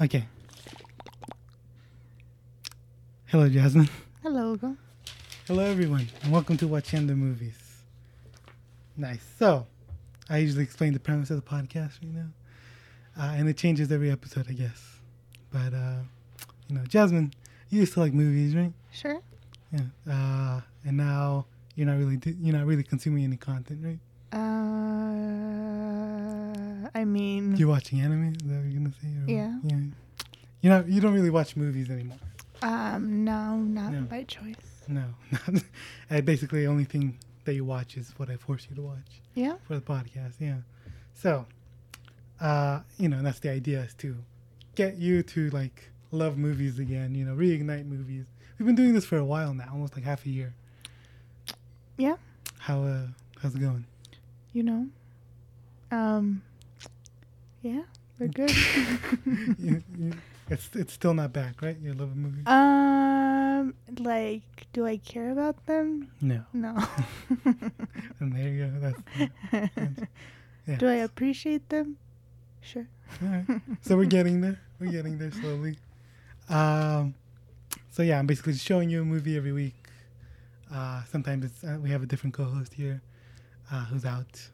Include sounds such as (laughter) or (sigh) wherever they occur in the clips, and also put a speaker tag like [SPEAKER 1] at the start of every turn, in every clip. [SPEAKER 1] Okay. Hello, Jasmine.
[SPEAKER 2] Hello. Hugo.
[SPEAKER 1] Hello, everyone, and welcome to Watching the Movies. Nice. So, I usually explain the premise of the podcast right now, uh, and it changes every episode, I guess. But, uh, you know, Jasmine, you used to like movies, right?
[SPEAKER 2] Sure.
[SPEAKER 1] Yeah. Uh, and now you're not really do- you're not really consuming any content, right?
[SPEAKER 2] Uh, I mean,
[SPEAKER 1] You're watching anime. Is that what you're gonna say? Or-
[SPEAKER 2] Yeah.
[SPEAKER 1] Yeah. You know, you don't really watch movies anymore.
[SPEAKER 2] um, no, not
[SPEAKER 1] No.
[SPEAKER 2] by choice.
[SPEAKER 1] No. (laughs) I basically, the only thing that you watch is what I force you to watch.
[SPEAKER 2] Yeah.
[SPEAKER 1] for the podcast. Yeah. So, uh, you know, that's the idea is to get you to like love movies again. You know, reignite movies. We've been doing this for a while now, almost like half a year.
[SPEAKER 2] Yeah.
[SPEAKER 1] How uh, how's it going? (laughs)
[SPEAKER 2] You know. Um. Yeah,
[SPEAKER 1] (laughs)
[SPEAKER 2] we're good.
[SPEAKER 1] You- you- it's it's still not back, right? Your love of movies.
[SPEAKER 2] Uh, um, like, do I care about them?
[SPEAKER 1] no. (laughs)
[SPEAKER 2] No. (laughs)
[SPEAKER 1] And there you go. That's yeah.
[SPEAKER 2] do I appreciate them? Sure.
[SPEAKER 1] All right. so we're getting there. We're getting there slowly. Um, so yeah, I'm basically just showing you a movie every week. Uh, sometimes it's, uh, we have a different co-host here, uh, who's out.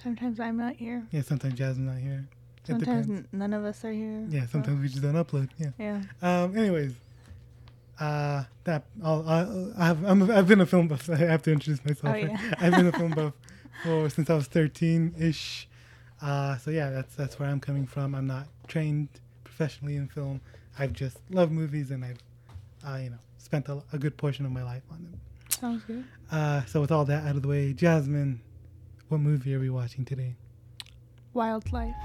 [SPEAKER 2] Sometimes I'm not here.
[SPEAKER 1] Yeah, sometimes Jasmine's not here. It
[SPEAKER 2] Sometimes
[SPEAKER 1] depends.
[SPEAKER 2] n- none of us are here.
[SPEAKER 1] Yeah,
[SPEAKER 2] so-
[SPEAKER 1] sometimes we just don't upload. Yeah.
[SPEAKER 2] Yeah.
[SPEAKER 1] Um. Anyways, uh, that I'll, I'll, I've I'm, I've been a film buff. (laughs) I have to introduce myself.
[SPEAKER 2] Oh, yeah.
[SPEAKER 1] right? I've been a
[SPEAKER 2] (laughs)
[SPEAKER 1] film buff for since I was 13 ish. Uh, so yeah, that's that's where I'm coming from. I'm not trained professionally in film. I've just loved movies and I've, uh, you know, spent a, a good portion of my life on them.
[SPEAKER 2] Sounds good.
[SPEAKER 1] Uh, so with all that out of the way, Jasmine, what movie are we watching today? (laughs)
[SPEAKER 2] Wildlife.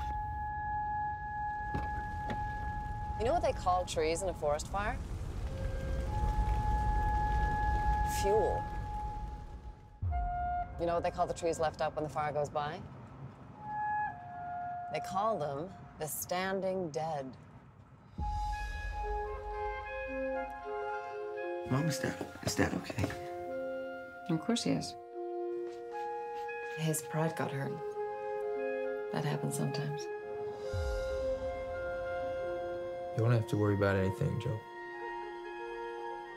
[SPEAKER 3] You know what they call trees in a forest fire? Fuel. You know what they call the trees left up when the fire goes by? They call them the standing dead.
[SPEAKER 4] Mom, is dad, is dad okay?
[SPEAKER 5] Of course he is.
[SPEAKER 3] His pride got hurt. That happens sometimes.
[SPEAKER 6] You don't have to worry about anything, Joe.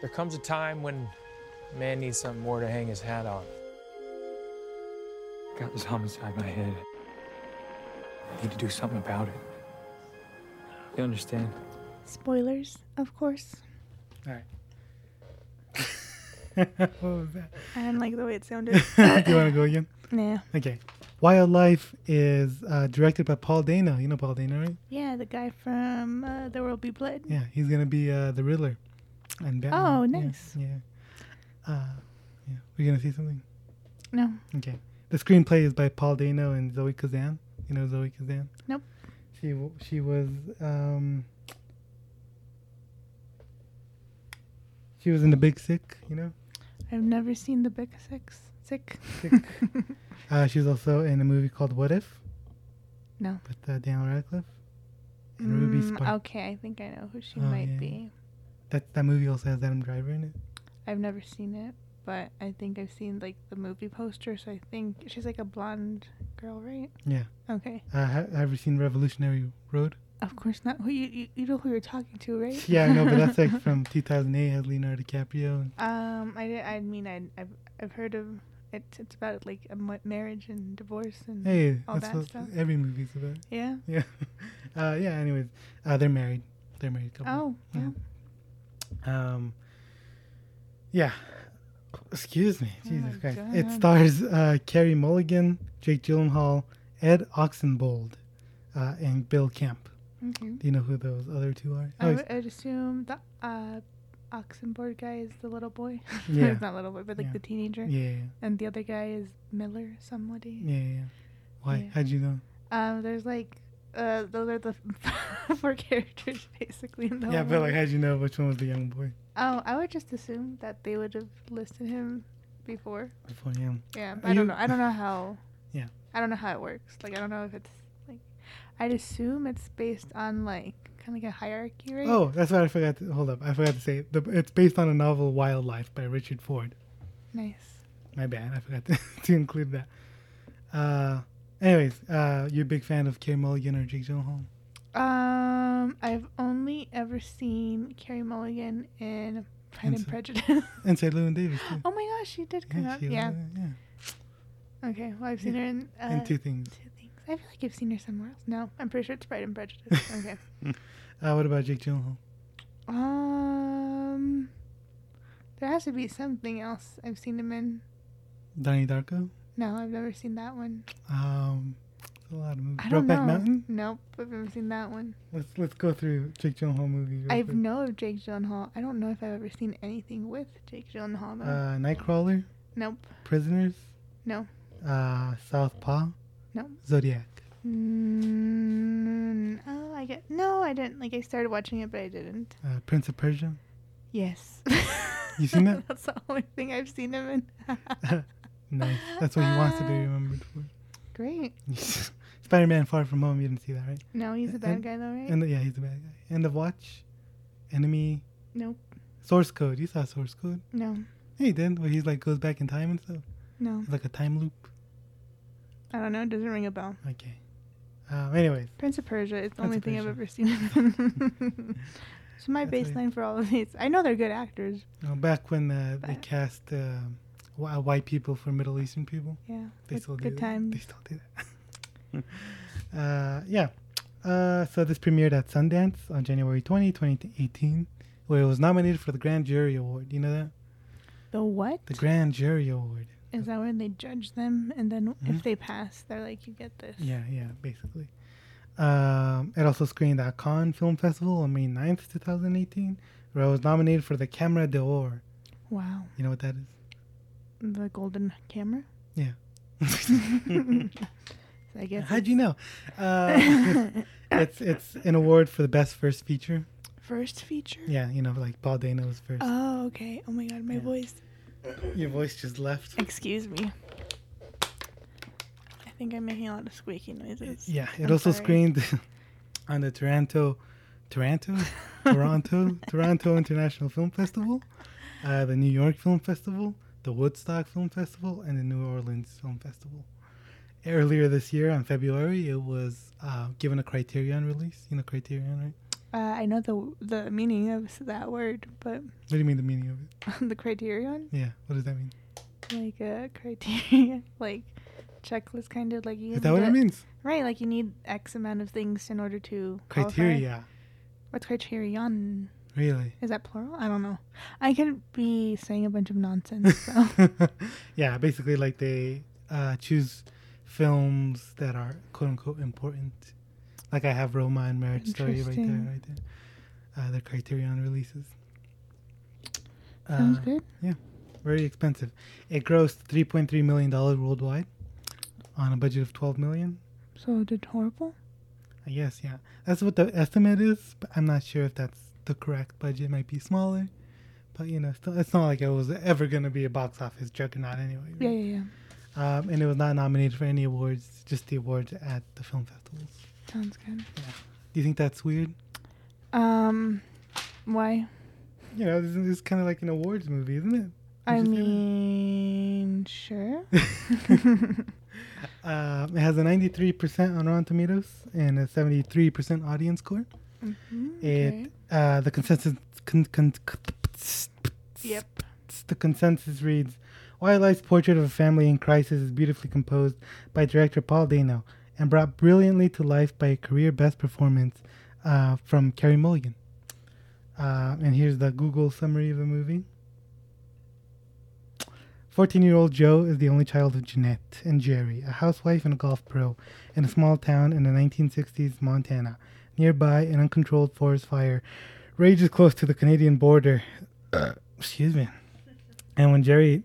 [SPEAKER 7] There comes a time when a man needs something more to hang his hat on.
[SPEAKER 6] Got this homicide in my head. I need to do something about it. You understand?
[SPEAKER 2] Spoilers, of course.
[SPEAKER 1] All right. what was that?
[SPEAKER 2] I didn't like the way
[SPEAKER 1] (laughs)
[SPEAKER 2] it sounded.
[SPEAKER 1] Do you want to go again?
[SPEAKER 2] nah.
[SPEAKER 1] Okay. Wildlife is uh, directed by Paul Dano. You know Paul Dano, right?
[SPEAKER 2] Yeah, the guy from uh, There Will Be Blood.
[SPEAKER 1] Yeah, he's gonna be uh, the Riddler. And Batman.
[SPEAKER 2] Oh,
[SPEAKER 1] Yeah,
[SPEAKER 2] nice.
[SPEAKER 1] Yeah. Uh, yeah. We're gonna see something.
[SPEAKER 2] No.
[SPEAKER 1] Okay. The screenplay is by Paul Dano and Zoe Kazan. You know Zoe Kazan?
[SPEAKER 2] Nope.
[SPEAKER 1] She w- she was um. She was in The Big Sick. You
[SPEAKER 2] (laughs)
[SPEAKER 1] know.
[SPEAKER 2] I've never seen the Big Six. Sick.
[SPEAKER 1] Sick. uh, she was also in a movie called What If.
[SPEAKER 2] No.
[SPEAKER 1] With uh, Daniel Radcliffe. And Ruby
[SPEAKER 2] Mm,
[SPEAKER 1] Spark.
[SPEAKER 2] okay, I think I know who she
[SPEAKER 1] Oh,
[SPEAKER 2] might
[SPEAKER 1] yeah.
[SPEAKER 2] be.
[SPEAKER 1] That that movie also has Adam Driver in it.
[SPEAKER 2] I've never seen it, but I think I've seen like the movie poster, so I think she's like a blonde girl, right?
[SPEAKER 1] Yeah.
[SPEAKER 2] Okay.
[SPEAKER 1] Uh, ha- have you seen Revolutionary Road? (laughs)
[SPEAKER 2] Of course not. Who you, you, you know who you're talking to, right?
[SPEAKER 1] Yeah, no, but
[SPEAKER 2] (laughs)
[SPEAKER 1] that's like from 2008 had Leonardo DiCaprio. and-
[SPEAKER 2] um, I, di- I mean, I, I've, I've heard of it. It's about like a mo- marriage and divorce and
[SPEAKER 1] Hey,
[SPEAKER 2] all
[SPEAKER 1] that's
[SPEAKER 2] that
[SPEAKER 1] what
[SPEAKER 2] stuff.
[SPEAKER 1] every movie's about.
[SPEAKER 2] Yeah.
[SPEAKER 1] Yeah, uh, yeah. Anyways, uh, they're married. They're married couple.
[SPEAKER 2] Oh, yeah.
[SPEAKER 1] Yeah.
[SPEAKER 2] Oh.
[SPEAKER 1] Um, yeah. Excuse me, Jesus
[SPEAKER 2] Oh my
[SPEAKER 1] Christ. It
[SPEAKER 2] God.
[SPEAKER 1] stars uh, Carrie Mulligan, Jake Gyllenhaal, Ed Oxenbold, uh, and Bill Camp.
[SPEAKER 2] Okay.
[SPEAKER 1] Do you know who those other two are?
[SPEAKER 2] I
[SPEAKER 1] Oh,
[SPEAKER 2] (laughs) would, I'd assume the uh, Oxenboard guy is the little boy. (laughs)
[SPEAKER 1] Yeah.
[SPEAKER 2] not little boy, but like
[SPEAKER 1] Yeah.
[SPEAKER 2] the teenager.
[SPEAKER 1] yeah, yeah,
[SPEAKER 2] And the other guy is Miller, somebody.
[SPEAKER 1] yeah, yeah. Why?
[SPEAKER 2] Yeah.
[SPEAKER 1] How'd you know?
[SPEAKER 2] Um, there's like, uh, those are the (laughs) four characters basically in the
[SPEAKER 1] yeah,
[SPEAKER 2] whole
[SPEAKER 1] but like,
[SPEAKER 2] movie.
[SPEAKER 1] how'd you know which one was the young boy?
[SPEAKER 2] Oh, I would just assume that they would have listed him before.
[SPEAKER 1] Before him.
[SPEAKER 2] Yeah,
[SPEAKER 1] Are
[SPEAKER 2] but I don't
[SPEAKER 1] you-
[SPEAKER 2] know. I don't know how.
[SPEAKER 1] (laughs) Yeah.
[SPEAKER 2] I don't know how it works. Like, I don't know if it's like. I'd assume it's based on like kind of like a hierarchy, right?
[SPEAKER 1] Oh, that's what I forgot. To, hold up, I forgot to say the, it's based on a novel, Wildlife, by Richard Ford.
[SPEAKER 2] nice.
[SPEAKER 1] My bad, I forgot (laughs) to, to include that. Uh, anyways, uh, you a big fan of Carey Mulligan or Jake Gyllenhaal?
[SPEAKER 2] Um, I've only ever seen Carrie Mulligan in Pride and
[SPEAKER 1] Inside- (laughs)
[SPEAKER 2] Prejudice.
[SPEAKER 1] Inside Llewyn Davis. Too.
[SPEAKER 2] oh my gosh, she did come out.
[SPEAKER 1] she uh, was
[SPEAKER 2] Yeah.
[SPEAKER 1] in it,
[SPEAKER 2] Okay. Well, I've seen her in uh,
[SPEAKER 1] yeah. and two things.
[SPEAKER 2] two things. I feel like I've seen her somewhere else. No, I'm pretty sure it's Pride and Prejudice.
[SPEAKER 1] (laughs)
[SPEAKER 2] Okay.
[SPEAKER 1] Uh, what about Jake Gyllenhaal?
[SPEAKER 2] Um, there has to be something else I've seen him in.
[SPEAKER 1] Donnie Darko.
[SPEAKER 2] No, I've never seen that one.
[SPEAKER 1] Um, a lot of movies.
[SPEAKER 2] I don't
[SPEAKER 1] Brokeback
[SPEAKER 2] know.
[SPEAKER 1] Mountain.
[SPEAKER 2] Nope, I've never seen that one.
[SPEAKER 1] Let's let's go through Jake Gyllenhaal movies. real
[SPEAKER 2] I've
[SPEAKER 1] quick.
[SPEAKER 2] know of Jake Gyllenhaal. I don't know if I've ever seen anything with Jake Gyllenhaal though.
[SPEAKER 1] uh, Nightcrawler,
[SPEAKER 2] nope.
[SPEAKER 1] Prisoners.
[SPEAKER 2] No.
[SPEAKER 1] Uh, Southpaw.
[SPEAKER 2] No.
[SPEAKER 1] Zodiac.
[SPEAKER 2] Mm, oh, I get no. I didn't like. I started watching it, but I didn't.
[SPEAKER 1] Uh, Prince of Persia.
[SPEAKER 2] (laughs) Yes.
[SPEAKER 1] You seen that?
[SPEAKER 2] That's the only thing I've seen him (laughs) in.
[SPEAKER 1] Nice. That's what he wants to be remembered for.
[SPEAKER 2] Great.
[SPEAKER 1] (laughs) Spider-Man: Far From Home. You didn't see that, right?
[SPEAKER 2] No, he's a
[SPEAKER 1] And-
[SPEAKER 2] bad guy though, right?
[SPEAKER 1] And yeah, he's a bad guy. End of Watch. Enemy.
[SPEAKER 2] nope.
[SPEAKER 1] Source Code. You saw Source Code.
[SPEAKER 2] No.
[SPEAKER 1] Yeah, he did. Where he's like goes back in time and stuff.
[SPEAKER 2] No.
[SPEAKER 1] It's like a time loop.
[SPEAKER 2] I don't know. It doesn't ring a bell.
[SPEAKER 1] Okay. Um, anyways,
[SPEAKER 2] Prince of Persia is the
[SPEAKER 1] Prince
[SPEAKER 2] only
[SPEAKER 1] of
[SPEAKER 2] thing I've
[SPEAKER 1] Persia.
[SPEAKER 2] ever seen. him (laughs) in. so my
[SPEAKER 1] That's right.
[SPEAKER 2] baseline for all of these, I know they're good actors.
[SPEAKER 1] you know, back when uh, they
[SPEAKER 2] But-
[SPEAKER 1] cast uh, wh- uh, white people for Middle Eastern people,
[SPEAKER 2] Yeah,
[SPEAKER 1] they
[SPEAKER 2] good,
[SPEAKER 1] still do
[SPEAKER 2] good
[SPEAKER 1] that.
[SPEAKER 2] times.
[SPEAKER 1] They still do that. (laughs) uh, yeah. Uh, so this premiered at Sundance on January 20, 2018, where it was nominated for the Grand Jury Award. You know that?
[SPEAKER 2] The what?
[SPEAKER 1] The Grand Jury Award.
[SPEAKER 2] Is that where they judge them, and then
[SPEAKER 1] Mhm.
[SPEAKER 2] if they pass, they're like, "You get this."
[SPEAKER 1] Yeah, yeah, basically. Um, it also screened at Cannes Film Festival on May 9th, 2018, where it was nominated for the Camera d'Or.
[SPEAKER 2] Wow,
[SPEAKER 1] You know what that is?
[SPEAKER 2] the golden camera.
[SPEAKER 1] Yeah.
[SPEAKER 2] (laughs) So I guess
[SPEAKER 1] How'd you know? Uh, (laughs) it's it's an award for the best first feature.
[SPEAKER 2] first feature.
[SPEAKER 1] Yeah, you know, like Paul Dano was first.
[SPEAKER 2] Oh, okay. Oh my God, my
[SPEAKER 1] Yeah.
[SPEAKER 2] voice.
[SPEAKER 1] Your voice just left.
[SPEAKER 2] Excuse me. I think I'm making a lot of squeaky noises. (laughs)
[SPEAKER 1] Yeah, it
[SPEAKER 2] I'm
[SPEAKER 1] also
[SPEAKER 2] sorry.
[SPEAKER 1] screened (laughs) on the Toronto, Toronto,
[SPEAKER 2] (laughs)
[SPEAKER 1] Toronto, Toronto International Film Festival, uh, the New York Film Festival, the Woodstock Film Festival, and the New Orleans Film Festival. Earlier this year, on February, it was uh, given a Criterion release. You know Criterion, right?
[SPEAKER 2] Uh, I know the the meaning of that word, but
[SPEAKER 1] What
[SPEAKER 2] (laughs)
[SPEAKER 1] do you mean the meaning of it?
[SPEAKER 2] the criterion,
[SPEAKER 1] Yeah, what does that mean?
[SPEAKER 2] like a criteria, (laughs) like checklist, kind of like you.
[SPEAKER 1] Is
[SPEAKER 2] have
[SPEAKER 1] that what
[SPEAKER 2] to-
[SPEAKER 1] it means?
[SPEAKER 2] Right, like you need X amount of things in order to qualify.
[SPEAKER 1] Criteria.
[SPEAKER 2] What's criterion?
[SPEAKER 1] Really?
[SPEAKER 2] Is that plural? I don't know. I could be saying a bunch
[SPEAKER 1] (laughs)
[SPEAKER 2] of nonsense. So.
[SPEAKER 1] yeah, basically, like they uh, choose films that are quote unquote important. Like I have Roma and Marriage Story right there,
[SPEAKER 2] Interesting.
[SPEAKER 1] right there. Uh, the Criterion releases.
[SPEAKER 2] Sounds
[SPEAKER 1] Uh,
[SPEAKER 2] good.
[SPEAKER 1] Very expensive. It grossed 3.3 million dollars worldwide on a budget of 12 million.
[SPEAKER 2] So it did horrible.
[SPEAKER 1] I guess, yeah. That's what the estimate is, but I'm not sure if that's the correct budget. It might be smaller, but you know, still, it's not like it was ever going to be a box office juggernaut anyway. right?
[SPEAKER 2] Yeah, yeah, yeah.
[SPEAKER 1] um, and it was not nominated for any awards, just the awards at the film festivals.
[SPEAKER 2] Sounds good.
[SPEAKER 1] Do you think that's weird?
[SPEAKER 2] Um, why?
[SPEAKER 1] You know, this is kind of like an awards movie, isn't
[SPEAKER 2] I
[SPEAKER 1] just say that?
[SPEAKER 2] mean,
[SPEAKER 1] (laughs)
[SPEAKER 2] sure.
[SPEAKER 1] it? um, it has a 93% on Rotten Tomatoes and a 73% audience score.
[SPEAKER 2] Mhm,
[SPEAKER 1] It uh, the consensus con, con,
[SPEAKER 2] Yep.
[SPEAKER 1] The consensus reads: Wildlife's portrait of a family in crisis is beautifully composed by director Paul Dano and brought brilliantly to life by a career best performance uh, from Carrie Mulligan. Uh, and here's the Google summary of the movie. 14 year old Joe is the only child of Jeanette and Jerry, a housewife and a golf pro, in a small town in the 1960s Montana. Nearby, an uncontrolled forest fire rages close to the Canadian border. excuse me. And when Jerry,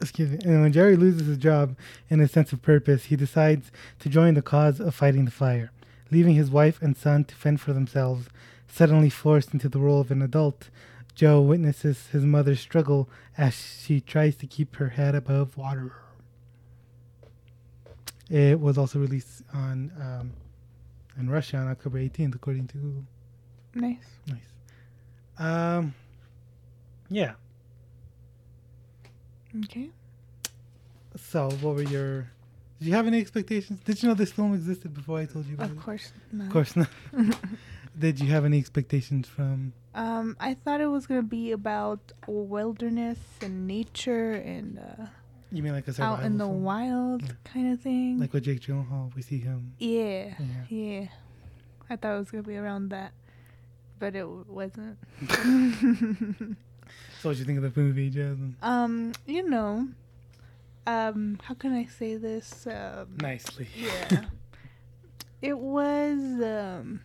[SPEAKER 1] excuse me, and when Jerry loses his job and his sense of purpose, he decides to join the cause of fighting the fire, leaving his wife and son to fend for themselves. Suddenly forced into the role of an adult, Joe witnesses his mother struggle as she tries to keep her head above water. It was also released on um, in Russia on October 18th, according to Google.
[SPEAKER 2] Nice.
[SPEAKER 1] Nice. Um, yeah.
[SPEAKER 2] Okay.
[SPEAKER 1] So, what were your Did you have any expectations? Did you know this film existed before I told you about
[SPEAKER 2] Of
[SPEAKER 1] it?
[SPEAKER 2] course not.
[SPEAKER 1] Mm-hmm. Of course
[SPEAKER 2] (laughs)
[SPEAKER 1] not. Did you have any expectations from?
[SPEAKER 2] Um, I thought it was gonna be about wilderness and nature and uh,
[SPEAKER 1] You mean like a survival
[SPEAKER 2] out in the
[SPEAKER 1] film?
[SPEAKER 2] wild kind of thing.
[SPEAKER 1] Mm. Like with Jake Gyllenhaal, we see him.
[SPEAKER 2] yeah,
[SPEAKER 1] Yeah.
[SPEAKER 2] yeah. I thought it was gonna be around that, but it w- wasn't.
[SPEAKER 1] So what you think of the movie, Jasmine?
[SPEAKER 2] Um, you know, um, how can I say this? Um,
[SPEAKER 1] Nicely.
[SPEAKER 2] yeah, it was. Um,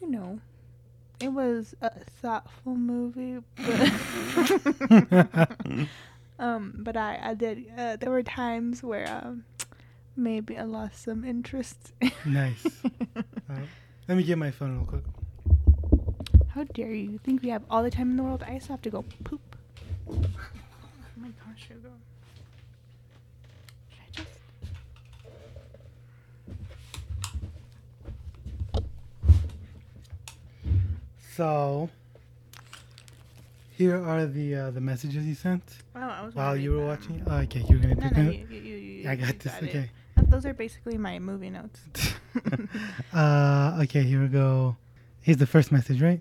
[SPEAKER 2] you know, it was a thoughtful movie, but.
[SPEAKER 1] (laughs)
[SPEAKER 2] (laughs) Um, but I, I did. Uh, there were times where um, maybe I lost some interest. (laughs)
[SPEAKER 1] nice. Alright. Let me get my phone real quick.
[SPEAKER 2] How dare you? You think we have all the time in the world? I just have to go poop. Oh my gosh, sugar. Should I just?
[SPEAKER 1] So here are the uh, the messages you sent
[SPEAKER 2] Wow, I was. gonna
[SPEAKER 1] while
[SPEAKER 2] read
[SPEAKER 1] you were
[SPEAKER 2] them.
[SPEAKER 1] watching. Oh, okay, you were gonna
[SPEAKER 2] No,
[SPEAKER 1] pick
[SPEAKER 2] no,
[SPEAKER 1] it
[SPEAKER 2] you, you, you, you,
[SPEAKER 1] up. (laughs) I
[SPEAKER 2] you
[SPEAKER 1] got this.
[SPEAKER 2] it.
[SPEAKER 1] okay.
[SPEAKER 2] Uh, Those are basically my
[SPEAKER 1] (laughs)
[SPEAKER 2] movie notes. (laughs)
[SPEAKER 1] Uh, okay, here we go. Here's the first message, right?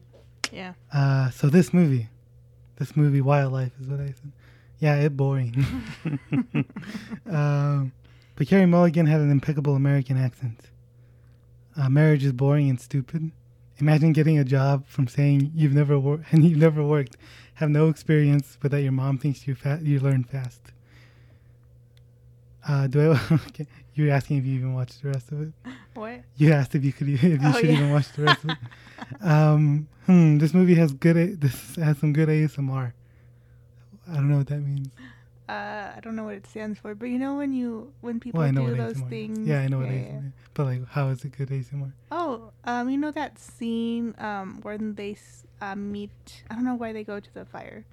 [SPEAKER 2] Yeah.
[SPEAKER 1] Uh, so this movie, this movie, Wildlife is what I said. Yeah, it boring. um, but Carrie Mulligan had an impeccable American accent. Uh, marriage is boring and stupid. Imagine getting a job from saying you've never worked (laughs) and you've never worked, have no experience, but that your mom thinks you fa- you learn fast. Uh, do I? (laughs) okay, you were asking if you even watched the rest of it.
[SPEAKER 2] What?
[SPEAKER 1] You asked if you could, (laughs) if you
[SPEAKER 2] Oh,
[SPEAKER 1] should
[SPEAKER 2] yeah.
[SPEAKER 1] even watch the rest of it. Um, hmm, this movie has good. A- this has some good ASMR. I don't know what that means.
[SPEAKER 2] Uh, I don't know what it stands for, but you know when you when people
[SPEAKER 1] Well, I know
[SPEAKER 2] do
[SPEAKER 1] what
[SPEAKER 2] those
[SPEAKER 1] ASMR.
[SPEAKER 2] things.
[SPEAKER 1] Is. Yeah, I know what
[SPEAKER 2] yeah, yeah.
[SPEAKER 1] ASMR. Is. But like, how is it good ASMR?
[SPEAKER 2] Oh, um, you know that scene um where they s- uh, meet. I don't know why they go to the fire.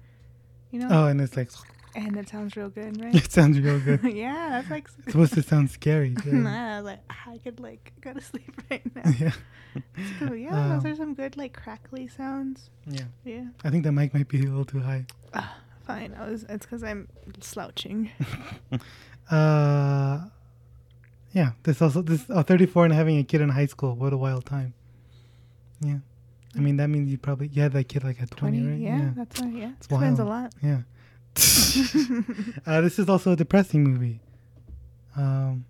[SPEAKER 2] You know,
[SPEAKER 1] Oh, and it's like (laughs)
[SPEAKER 2] and it sounds real good, right? (laughs)
[SPEAKER 1] it sounds real good.
[SPEAKER 2] yeah, that's like.
[SPEAKER 1] It's supposed to sound
[SPEAKER 2] (laughs)
[SPEAKER 1] scary. Yeah.
[SPEAKER 2] I was like, "Ah, I could like go to sleep (laughs) right now.
[SPEAKER 1] (laughs) yeah,
[SPEAKER 2] It's cool. Yeah,
[SPEAKER 1] Um,
[SPEAKER 2] those are some good like crackly sounds.
[SPEAKER 1] yeah.
[SPEAKER 2] Yeah,
[SPEAKER 1] I think the mic might be a little too high.
[SPEAKER 2] fine. I was. It's because I'm slouching.
[SPEAKER 1] Uh, yeah. This also this oh, 34 and having a kid in high school. What a wild time. Yeah, I mean that means you probably you had that kid like at 20,
[SPEAKER 2] Twenty.
[SPEAKER 1] right?
[SPEAKER 2] yeah, that's why. Yeah,
[SPEAKER 1] It's
[SPEAKER 2] explains a
[SPEAKER 1] wild.
[SPEAKER 2] lot.
[SPEAKER 1] Yeah. uh, this is also a depressing movie. Um,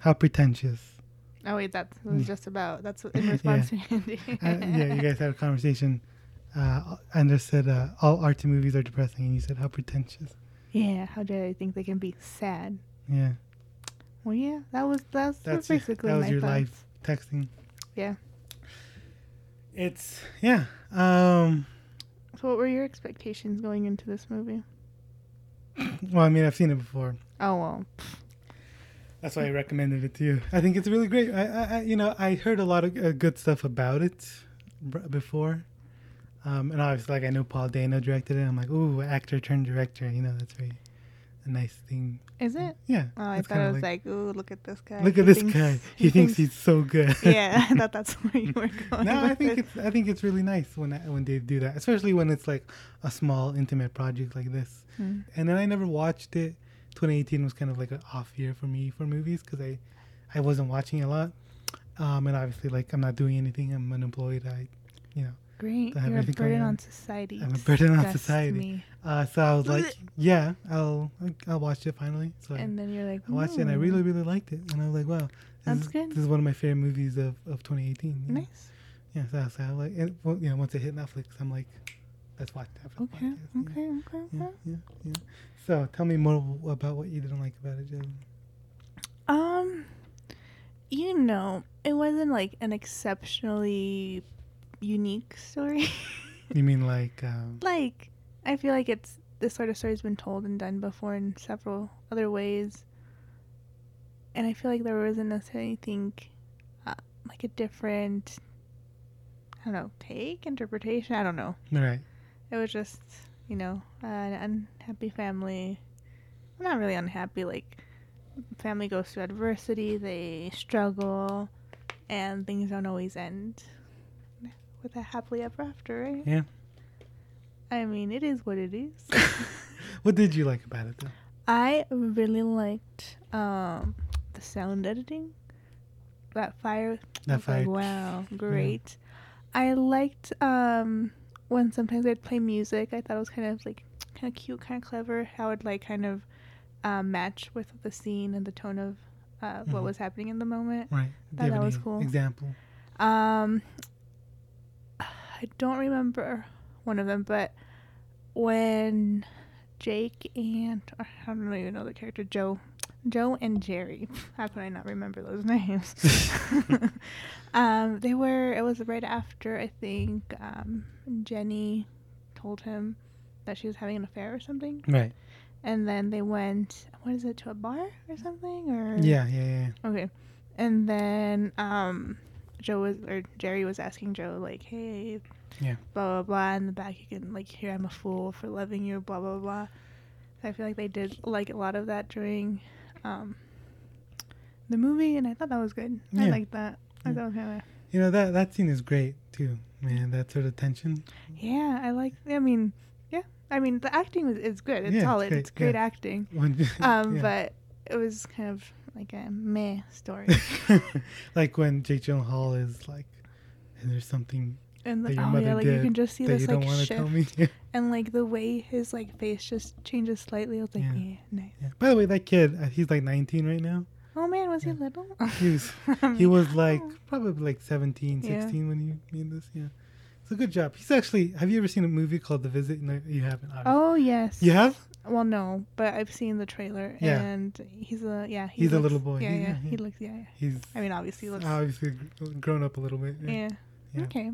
[SPEAKER 1] how pretentious.
[SPEAKER 2] Oh wait, that was just
[SPEAKER 1] (laughs)
[SPEAKER 2] about. That's in response to Andy.
[SPEAKER 1] Mm. Uh, yeah, you guys had a conversation. Uh, Anders said, uh, all art movies are depressing. And you said, how pretentious.
[SPEAKER 2] (laughs) yeah. How dare they think they can be sad?
[SPEAKER 1] Yeah.
[SPEAKER 2] Well, yeah, that was that's,
[SPEAKER 1] That's
[SPEAKER 2] that's
[SPEAKER 1] your-
[SPEAKER 2] basically
[SPEAKER 1] that was
[SPEAKER 2] my
[SPEAKER 1] your
[SPEAKER 2] thoughts.
[SPEAKER 1] life texting.
[SPEAKER 2] Yeah.
[SPEAKER 1] It's, yeah. Um,
[SPEAKER 2] So, what were your expectations going into this movie?
[SPEAKER 1] well, I mean, I've seen it before.
[SPEAKER 2] Oh well,
[SPEAKER 1] That's why I recommended it to you. I think it's really great. I, I, I you know, I heard a lot of uh, good stuff about it b- before, um, and obviously, like I know Paul Dano directed it. I'm like, ooh, actor turned director. You know, that's very a nice thing.
[SPEAKER 2] is it?
[SPEAKER 1] Yeah.
[SPEAKER 2] Oh, I
[SPEAKER 1] that's
[SPEAKER 2] thought
[SPEAKER 1] kinda
[SPEAKER 2] it was like, ooh, look at this guy.
[SPEAKER 1] look
[SPEAKER 2] He
[SPEAKER 1] at this
[SPEAKER 2] thinks- (laughs)
[SPEAKER 1] guy. He, thinks, he's so good.
[SPEAKER 2] yeah, I thought that's (laughs) where you were
[SPEAKER 1] (laughs)
[SPEAKER 2] going.
[SPEAKER 1] no, I
[SPEAKER 2] with
[SPEAKER 1] think
[SPEAKER 2] it.
[SPEAKER 1] it's I think it's really nice when I, when they do that, especially when it's like a small intimate project like this.
[SPEAKER 2] Hmm.
[SPEAKER 1] And then I never watched it. 2018 was kind of like an off year for me for movies because I I wasn't watching a lot, um, and obviously like I'm not doing anything. I'm unemployed. I you know
[SPEAKER 2] great.
[SPEAKER 1] I have
[SPEAKER 2] You're a
[SPEAKER 1] everything going
[SPEAKER 2] burden
[SPEAKER 1] on.
[SPEAKER 2] on society.
[SPEAKER 1] I'm a burden on
[SPEAKER 2] Disgusts
[SPEAKER 1] society.
[SPEAKER 2] me.
[SPEAKER 1] Uh, so I was like, yeah, I'll I'll watch it finally. So I-
[SPEAKER 2] And then you're like,
[SPEAKER 1] I watched it and I
[SPEAKER 2] "No."
[SPEAKER 1] really really liked it, and I was like, wow, this
[SPEAKER 2] That's
[SPEAKER 1] is,
[SPEAKER 2] good.
[SPEAKER 1] This is one of my favorite movies of, of 2018. you know?
[SPEAKER 2] "Hmm, nice.
[SPEAKER 1] Yeah, so, so I like, and, well, you know, once it hit Netflix, I'm like, let's watch that. For the
[SPEAKER 2] Okay,
[SPEAKER 1] podcast,
[SPEAKER 2] okay, okay.
[SPEAKER 1] Yeah,
[SPEAKER 2] okay.
[SPEAKER 1] yeah, yeah. So tell me more w- about what you didn't like about it, Jen.
[SPEAKER 2] Um, you know, it wasn't like an exceptionally unique story. (laughs)
[SPEAKER 1] You mean like, um,
[SPEAKER 2] like I feel like it's this sort of story's been told and done before in several other ways, and I feel like there wasn't necessarily anything uh, like a different, I don't know, take interpretation. I don't know.
[SPEAKER 1] all right,
[SPEAKER 2] It was just you know an unhappy family. Well, not really unhappy. Like family goes through adversity. They struggle, and things don't always end with a happily ever after, right?
[SPEAKER 1] yeah.
[SPEAKER 2] I mean, it is (laughs) what it is.
[SPEAKER 1] What did you like about it though?
[SPEAKER 2] I really liked um the sound editing that fire I
[SPEAKER 1] That
[SPEAKER 2] was like,
[SPEAKER 1] fire.
[SPEAKER 2] wow great i liked um when sometimes i'd play music i thought it was kind of like kind of cute kind of clever how it like kind of uh, match with the scene and the tone of uh, what was happening in the moment
[SPEAKER 1] Right.
[SPEAKER 2] Thought that
[SPEAKER 1] Give
[SPEAKER 2] was
[SPEAKER 1] an e-
[SPEAKER 2] cool.
[SPEAKER 1] Example.
[SPEAKER 2] um, I don't remember one of them, but when Jake and I don't even know the character Joe, Joe and Jerry. (laughs) How could I not remember those (laughs) names? um, they were. It was right after I think um, Jenny told him that she was having an affair or something,
[SPEAKER 1] Right.
[SPEAKER 2] and then they went. What is it to a bar or something? Or
[SPEAKER 1] Yeah, yeah, yeah.
[SPEAKER 2] Okay. And then um Joe was or Jerry was asking Joe like, Hey
[SPEAKER 1] Yeah.
[SPEAKER 2] blah blah blah in the back you can like hear I'm a fool for loving you, blah blah blah. So I feel like they did like a lot of that during um the movie and I thought that was good. I
[SPEAKER 1] Yeah.
[SPEAKER 2] liked that. I thought it was kinda
[SPEAKER 1] You know that that scene is great too, man. That sort of tension. (laughs)
[SPEAKER 2] Yeah, I like I mean yeah. I mean the acting was is good. It's
[SPEAKER 1] Yeah, it's
[SPEAKER 2] solid.
[SPEAKER 1] great,
[SPEAKER 2] It's great
[SPEAKER 1] yeah.
[SPEAKER 2] acting.
[SPEAKER 1] When,
[SPEAKER 2] Um
[SPEAKER 1] yeah.
[SPEAKER 2] but it was kind of like a meh story.
[SPEAKER 1] (laughs) like when Jake Hall is like, and there's something
[SPEAKER 2] And
[SPEAKER 1] that
[SPEAKER 2] the,
[SPEAKER 1] your
[SPEAKER 2] oh
[SPEAKER 1] mother
[SPEAKER 2] yeah, like
[SPEAKER 1] did
[SPEAKER 2] you can just see
[SPEAKER 1] that
[SPEAKER 2] this
[SPEAKER 1] you don't
[SPEAKER 2] like
[SPEAKER 1] want to
[SPEAKER 2] shift
[SPEAKER 1] tell me. (laughs) Yeah.
[SPEAKER 2] and like the way his like face just changes slightly. I was like,
[SPEAKER 1] Yeah.
[SPEAKER 2] yeah, nice.
[SPEAKER 1] By the way, that kid, uh, he's like 19 right now.
[SPEAKER 2] Oh man, was he little?
[SPEAKER 1] He
[SPEAKER 2] (laughs)
[SPEAKER 1] was
[SPEAKER 2] I'm
[SPEAKER 1] he
[SPEAKER 2] like,
[SPEAKER 1] was like
[SPEAKER 2] "Oh."
[SPEAKER 1] probably like 17,
[SPEAKER 2] Yeah.
[SPEAKER 1] 16 when he made this. Yeah, so good job. He's actually. Have you ever seen a movie called The Visit? No, you haven't. obviously.
[SPEAKER 2] Oh yes.
[SPEAKER 1] You have?
[SPEAKER 2] Well, no, but I've seen the trailer,
[SPEAKER 1] Yeah.
[SPEAKER 2] and he's a yeah. he
[SPEAKER 1] He's a
[SPEAKER 2] looks-
[SPEAKER 1] little boy.
[SPEAKER 2] Yeah,
[SPEAKER 1] He-
[SPEAKER 2] yeah.
[SPEAKER 1] yeah, he-
[SPEAKER 2] He looks yeah. yeah.
[SPEAKER 1] He's
[SPEAKER 2] I mean, obviously, he looks
[SPEAKER 1] obviously gr- grown up a little bit.
[SPEAKER 2] yeah.
[SPEAKER 1] Yeah.
[SPEAKER 2] Okay.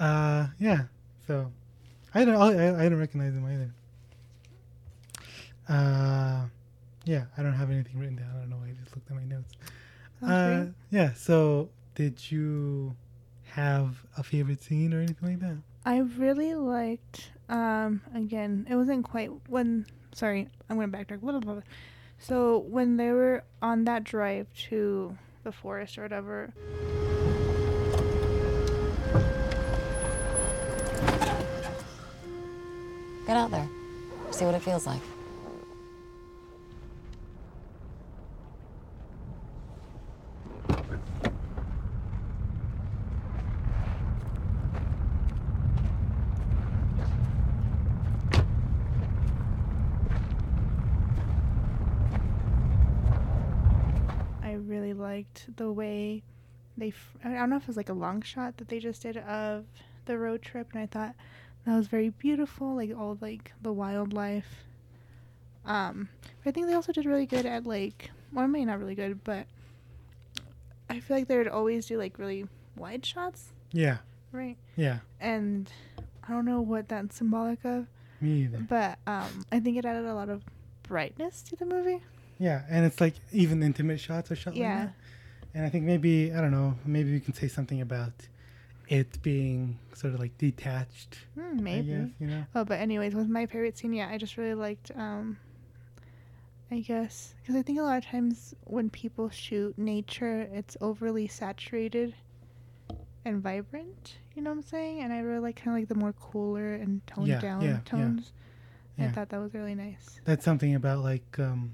[SPEAKER 1] Uh, yeah. So, I don't. I, I don't recognize him either. Uh, yeah. I don't have anything written down. I don't know. why I just looked at my notes.
[SPEAKER 2] Sounds
[SPEAKER 1] uh,
[SPEAKER 2] Oh, great.
[SPEAKER 1] yeah. So, did you have a favorite scene or anything like that?
[SPEAKER 2] I really liked. Um, again, it wasn't quite when. Sorry, I'm gonna backtrack a little bit. So when they were on that drive to the forest or whatever,
[SPEAKER 3] Get out there. See what it feels like.
[SPEAKER 2] I really liked the way they. F- I don't know if it was like a long shot that they just did of the road trip, and I thought that was very beautiful, like all like the wildlife. Um, but I think they also did really good at like, well, I mean, not really good, but I feel like they would always do like really wide shots,
[SPEAKER 1] Yeah.
[SPEAKER 2] right?
[SPEAKER 1] Yeah.
[SPEAKER 2] And I don't know what that's symbolic of,
[SPEAKER 1] Me either.
[SPEAKER 2] but um, I think it added a lot of brightness to the movie.
[SPEAKER 1] Yeah, and it's like even intimate shots are shot
[SPEAKER 2] Yeah.
[SPEAKER 1] like that. And I think maybe I don't know. Maybe we can say something about it being sort of like detached.
[SPEAKER 2] Hmm,
[SPEAKER 1] I
[SPEAKER 2] maybe.
[SPEAKER 1] guess, you know.
[SPEAKER 2] Oh, but anyways, with my favorite scene, yeah, I just really liked. um I guess because I think a lot of times when people shoot nature, it's overly saturated and vibrant. You know what I'm saying? And I really like kind of like the more cooler and toned
[SPEAKER 1] Yeah,
[SPEAKER 2] down
[SPEAKER 1] yeah, yeah.
[SPEAKER 2] tones. I
[SPEAKER 1] Yeah.
[SPEAKER 2] thought that was really nice.
[SPEAKER 1] that's something about like um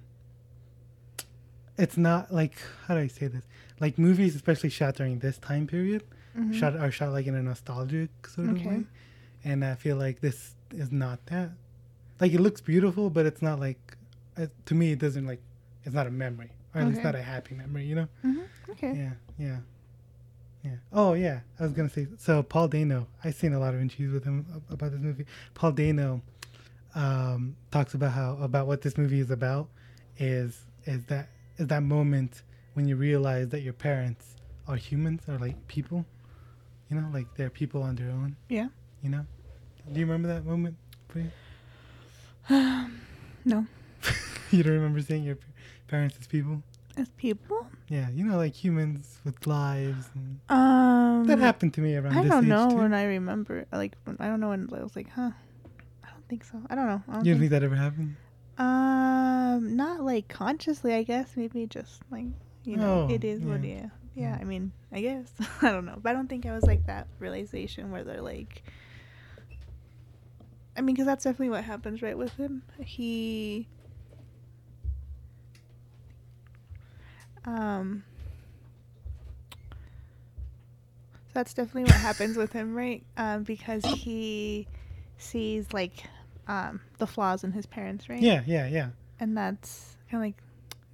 [SPEAKER 1] it's not like how do i say this like movies especially shot during this time period shot are shot like in a nostalgic sort of
[SPEAKER 2] Mm-hmm. Okay.
[SPEAKER 1] way and i feel like this is not that like it looks beautiful but it's not like it, to me it doesn't like it's not a memory or at least
[SPEAKER 2] Okay.
[SPEAKER 1] not a happy memory you know
[SPEAKER 2] Okay.
[SPEAKER 1] yeah yeah yeah. Oh yeah, I was gonna say. So Paul Dano, I've seen a lot of interviews with him ab- about this movie. Paul Dano um, talks about how about what this movie is about is is that is that moment when you realize that your parents are humans or like people, you know, like they're people on their own.
[SPEAKER 2] Yeah.
[SPEAKER 1] You know, do you remember that moment? For you?
[SPEAKER 2] No,
[SPEAKER 1] (laughs) you don't remember seeing your p- parents as people?
[SPEAKER 2] as people,
[SPEAKER 1] Yeah, you know, like humans with lives. And
[SPEAKER 2] um,
[SPEAKER 1] that happened to me around.
[SPEAKER 2] I
[SPEAKER 1] this
[SPEAKER 2] don't
[SPEAKER 1] age
[SPEAKER 2] know
[SPEAKER 1] too.
[SPEAKER 2] when I remember. Like when, I don't know when I was like, huh? I don't think so. I don't know. I don't
[SPEAKER 1] You
[SPEAKER 2] think
[SPEAKER 1] don't think that ever happened?
[SPEAKER 2] Um, not like consciously, I guess. Maybe just like you know,
[SPEAKER 1] Oh,
[SPEAKER 2] it is what
[SPEAKER 1] yeah.
[SPEAKER 2] yeah. Yeah, I mean, I guess (laughs) I don't know, but I don't think I was like that realization where they're like. I mean, because that's definitely what happens, right? With him, he. Um, so that's definitely what happens with him, right? Um, because he sees like um, the flaws in his parents, right?
[SPEAKER 1] Yeah, yeah, yeah.
[SPEAKER 2] and that's kind of like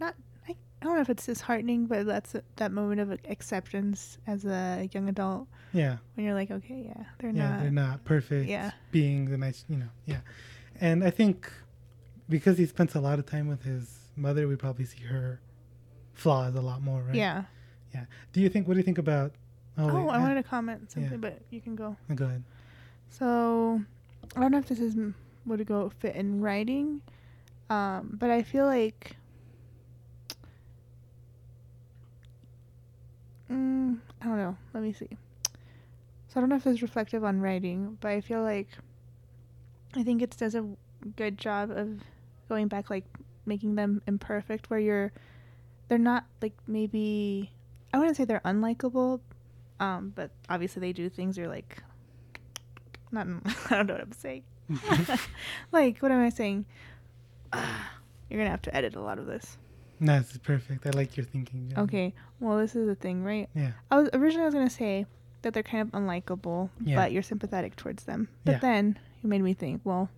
[SPEAKER 2] not. I, I don't know if it's disheartening, but that's that moment of acceptance as a young adult
[SPEAKER 1] Yeah.
[SPEAKER 2] when you're like, okay, yeah, they're
[SPEAKER 1] yeah,
[SPEAKER 2] not.
[SPEAKER 1] they're not perfect
[SPEAKER 2] yeah.
[SPEAKER 1] beings, and I, you know, yeah. And I think because he spends a lot of time with his mother, we probably see her flaws a lot more, right?
[SPEAKER 2] Yeah.
[SPEAKER 1] yeah. Do you think? What do you think about?
[SPEAKER 2] Oh,
[SPEAKER 1] wait,
[SPEAKER 2] I
[SPEAKER 1] uh,
[SPEAKER 2] wanted to comment
[SPEAKER 1] yeah.
[SPEAKER 2] something, but you can go.
[SPEAKER 1] Go ahead.
[SPEAKER 2] So I don't know if this is m- would go fit in writing, um, but I feel like mm, I don't know. Let me see. So I don't know if it's reflective on writing, but I feel like I think it does a good job of going back, like making them imperfect, where you're they're not like maybe I wouldn't say they're unlikable, um, but obviously they do things you're like not (laughs) I don't know what I'm saying. (laughs) like what am I saying? (sighs) Ah, you're gonna have to edit a lot of this.
[SPEAKER 1] No, this is perfect. I like your thinking. Jen.
[SPEAKER 2] Okay. Well, this is the thing, right?
[SPEAKER 1] Mm-hmm. Yeah.
[SPEAKER 2] I was originally I was gonna say that they're kind of unlikable,
[SPEAKER 1] Yeah.
[SPEAKER 2] but you're sympathetic towards them. But
[SPEAKER 1] Yeah.
[SPEAKER 2] then you made me think. Well,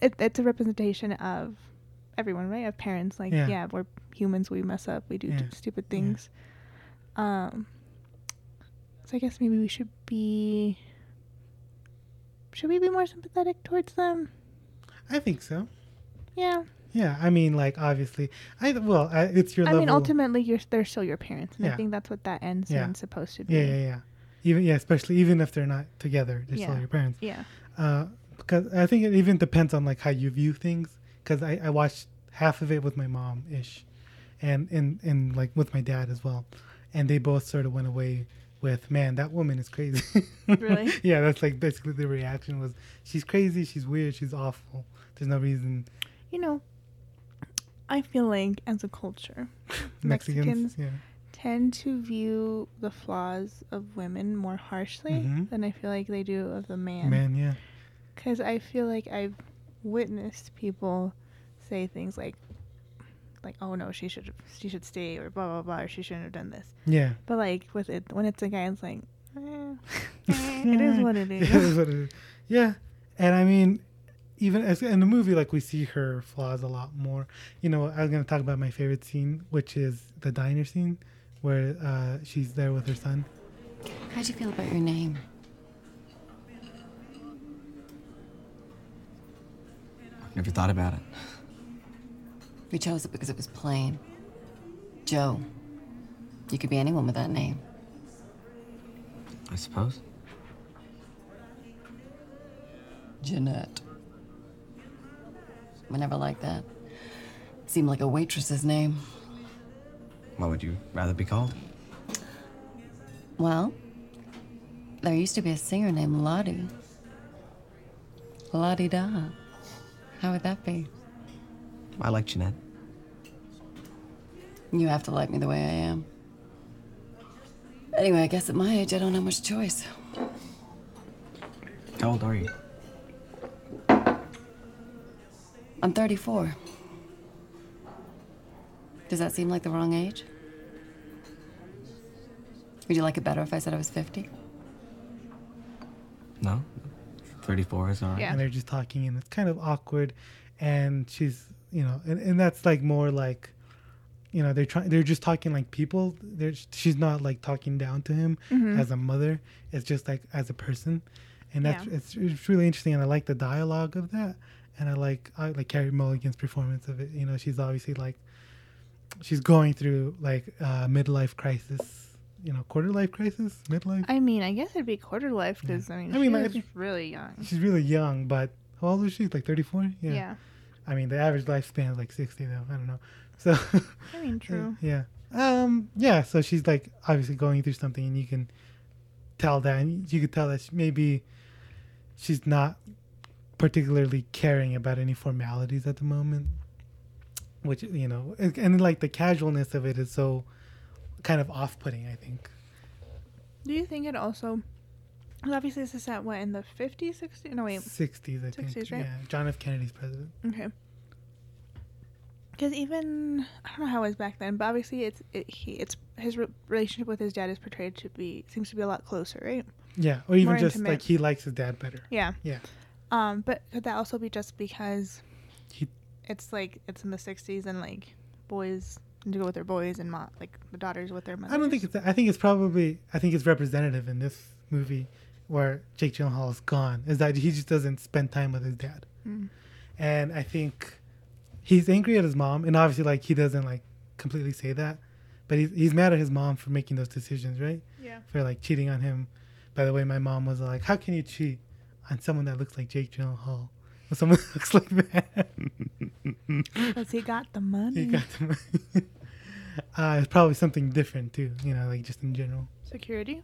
[SPEAKER 2] it, it's a representation of everyone, right? Of parents, like
[SPEAKER 1] Yeah.
[SPEAKER 2] yeah, we're humans. We mess up. We do
[SPEAKER 1] Yeah.
[SPEAKER 2] d- stupid things. Um. So I guess maybe we should be. Should we be more sympathetic towards them?
[SPEAKER 1] I think so.
[SPEAKER 2] Yeah.
[SPEAKER 1] Yeah, I mean, like obviously, I well, I, it's your
[SPEAKER 2] I
[SPEAKER 1] level.
[SPEAKER 2] mean, ultimately, you're they're still your parents, and
[SPEAKER 1] Yeah.
[SPEAKER 2] I think that's what that ends
[SPEAKER 1] Yeah.
[SPEAKER 2] is supposed to be.
[SPEAKER 1] Yeah, yeah, yeah. Even yeah, especially even if they're not together, they're still
[SPEAKER 2] Yeah.
[SPEAKER 1] your parents.
[SPEAKER 2] yeah.
[SPEAKER 1] Uh, because I think it even depends on like how you view things. Because I, I watched half of it with my mom ish, and and and like with my dad as well, and they both sort of went away with man that woman is crazy. (laughs)
[SPEAKER 2] Really?
[SPEAKER 1] yeah, that's like basically the reaction was she's crazy, she's weird, she's awful. There's no reason
[SPEAKER 2] you know, I feel like as a (laughs) culture,
[SPEAKER 1] Mexicans.
[SPEAKER 2] Mexicans
[SPEAKER 1] yeah.
[SPEAKER 2] tend to view the flaws of women more harshly
[SPEAKER 1] Mhm.
[SPEAKER 2] than I feel like they do of the Mm-hmm. man.
[SPEAKER 1] Man, yeah,
[SPEAKER 2] Because I feel like I've witnessed people say things like, like, oh no, she should she should stay or blah blah blah, or she shouldn't have done this.
[SPEAKER 1] yeah.
[SPEAKER 2] But like with it, when it's a guy, it's like, eh, (laughs) it is what
[SPEAKER 1] (laughs)
[SPEAKER 2] it
[SPEAKER 1] Yeah, it
[SPEAKER 2] (laughs)
[SPEAKER 1] is
[SPEAKER 2] is.
[SPEAKER 1] what it is. Yeah, and I mean, even as in the movie, like we see her flaws a lot more. You know, I was gonna talk about my favorite scene, which is the diner scene, where uh, she's there with her son.
[SPEAKER 5] How'd you feel about your name?
[SPEAKER 4] Never thought about it.
[SPEAKER 5] We chose it because it was plain. Joe. You could be anyone with that name.
[SPEAKER 4] I suppose.
[SPEAKER 5] Jeanette. I never liked that. Seemed like a waitress's name.
[SPEAKER 4] What would you rather be called?
[SPEAKER 5] Well, there used to be a singer named Lottie. Lottie Da. How would that be?
[SPEAKER 4] I like Jeanette.
[SPEAKER 5] You have to like me the way I am. Anyway, I guess at my age, I don't have much choice.
[SPEAKER 4] How old are you?
[SPEAKER 5] I'm 34. Does that seem like the wrong age? Would you like it better if I said I was 50?
[SPEAKER 4] No? 34 is all right.
[SPEAKER 2] Yeah.
[SPEAKER 1] and they're just talking and it's kind of awkward and she's you know and, and that's like more like you know they're trying they're just talking like people they're she's not like talking down to him
[SPEAKER 2] Mm-hmm.
[SPEAKER 1] as a mother it's just like as a person and that's
[SPEAKER 2] Yeah.
[SPEAKER 1] it's, it's really interesting and i like the dialogue of that and i like i like carrie mulligan's performance of it you know she's obviously like she's going through like uh midlife crisis you know quarter life crisis midlife
[SPEAKER 2] I mean, I guess it'd be quarter life because I mean,
[SPEAKER 1] I mean,
[SPEAKER 2] she
[SPEAKER 1] like,
[SPEAKER 2] was
[SPEAKER 1] it's-
[SPEAKER 2] really young.
[SPEAKER 1] she's really young but how old is she like 34
[SPEAKER 2] Yeah.
[SPEAKER 1] I mean, the average lifespan is like 60, though. I don't know. So, (laughs)
[SPEAKER 2] I mean, true.
[SPEAKER 1] yeah. Um, yeah. So she's like obviously going through something, and you can tell that, and you could tell that she, maybe she's not particularly caring about any formalities at the moment, which, you know, and, and like the casualness of it is so kind of off putting, I think.
[SPEAKER 2] Do you think it also? well, Obviously, this is at what in the 50s, 60s? No, wait.
[SPEAKER 1] 60s, I think.
[SPEAKER 2] 60s, right?
[SPEAKER 1] Yeah. John F. Kennedy's president.
[SPEAKER 2] Okay. because even I don't know how it was back then, but obviously it's it, he it's his re- relationship with his dad is portrayed to be seems to be a lot closer, right?
[SPEAKER 1] Yeah, or even
[SPEAKER 2] More
[SPEAKER 1] just
[SPEAKER 2] intimate.
[SPEAKER 1] like he likes his dad better.
[SPEAKER 2] Yeah.
[SPEAKER 1] Yeah.
[SPEAKER 2] Um, but could that also be just because
[SPEAKER 1] He-
[SPEAKER 2] it's like it's in the '60s and like boys tend to go with their boys and mo- like the daughters with their mothers?
[SPEAKER 1] I don't think it's. I think it's probably. I think it's representative in this movie where Jake Gyllenhaal is gone. Is that he just doesn't spend time with his dad, and I think he's angry at his mom, and obviously like he doesn't like completely say that, but he's he's mad at his mom for making those decisions, right?
[SPEAKER 2] Yeah.
[SPEAKER 1] For like cheating on him. By the way, my mom was like, "How can you cheat on someone that looks like Jake Gyllenhaal?" Or someone (laughs) that looks like that. (laughs)
[SPEAKER 2] because he got the money.
[SPEAKER 1] he got the money. uh, it's probably something different too, you know, like just in general.
[SPEAKER 2] Security.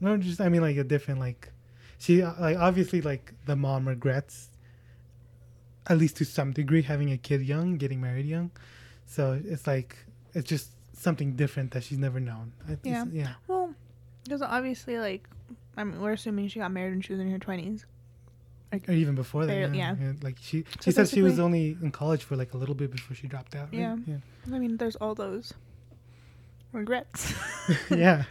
[SPEAKER 1] No, just I mean like a different like she uh, like obviously like the mom regrets at least to some degree having a kid young, getting married young. So it's like it's just something different that she's never known. I think
[SPEAKER 2] Yeah.
[SPEAKER 1] yeah.
[SPEAKER 2] Well, because obviously, like, I mean, we're assuming she got married when she was in her 20s.
[SPEAKER 1] Or even before that.
[SPEAKER 2] Barely-
[SPEAKER 1] yeah.
[SPEAKER 2] yeah.
[SPEAKER 1] Like she she
[SPEAKER 2] So
[SPEAKER 1] said she was
[SPEAKER 2] basically-
[SPEAKER 1] only in college for like a little bit before she dropped out. right?
[SPEAKER 2] Yeah.
[SPEAKER 1] Yeah.
[SPEAKER 2] I mean, there's all those regrets. (laughs)
[SPEAKER 1] yeah.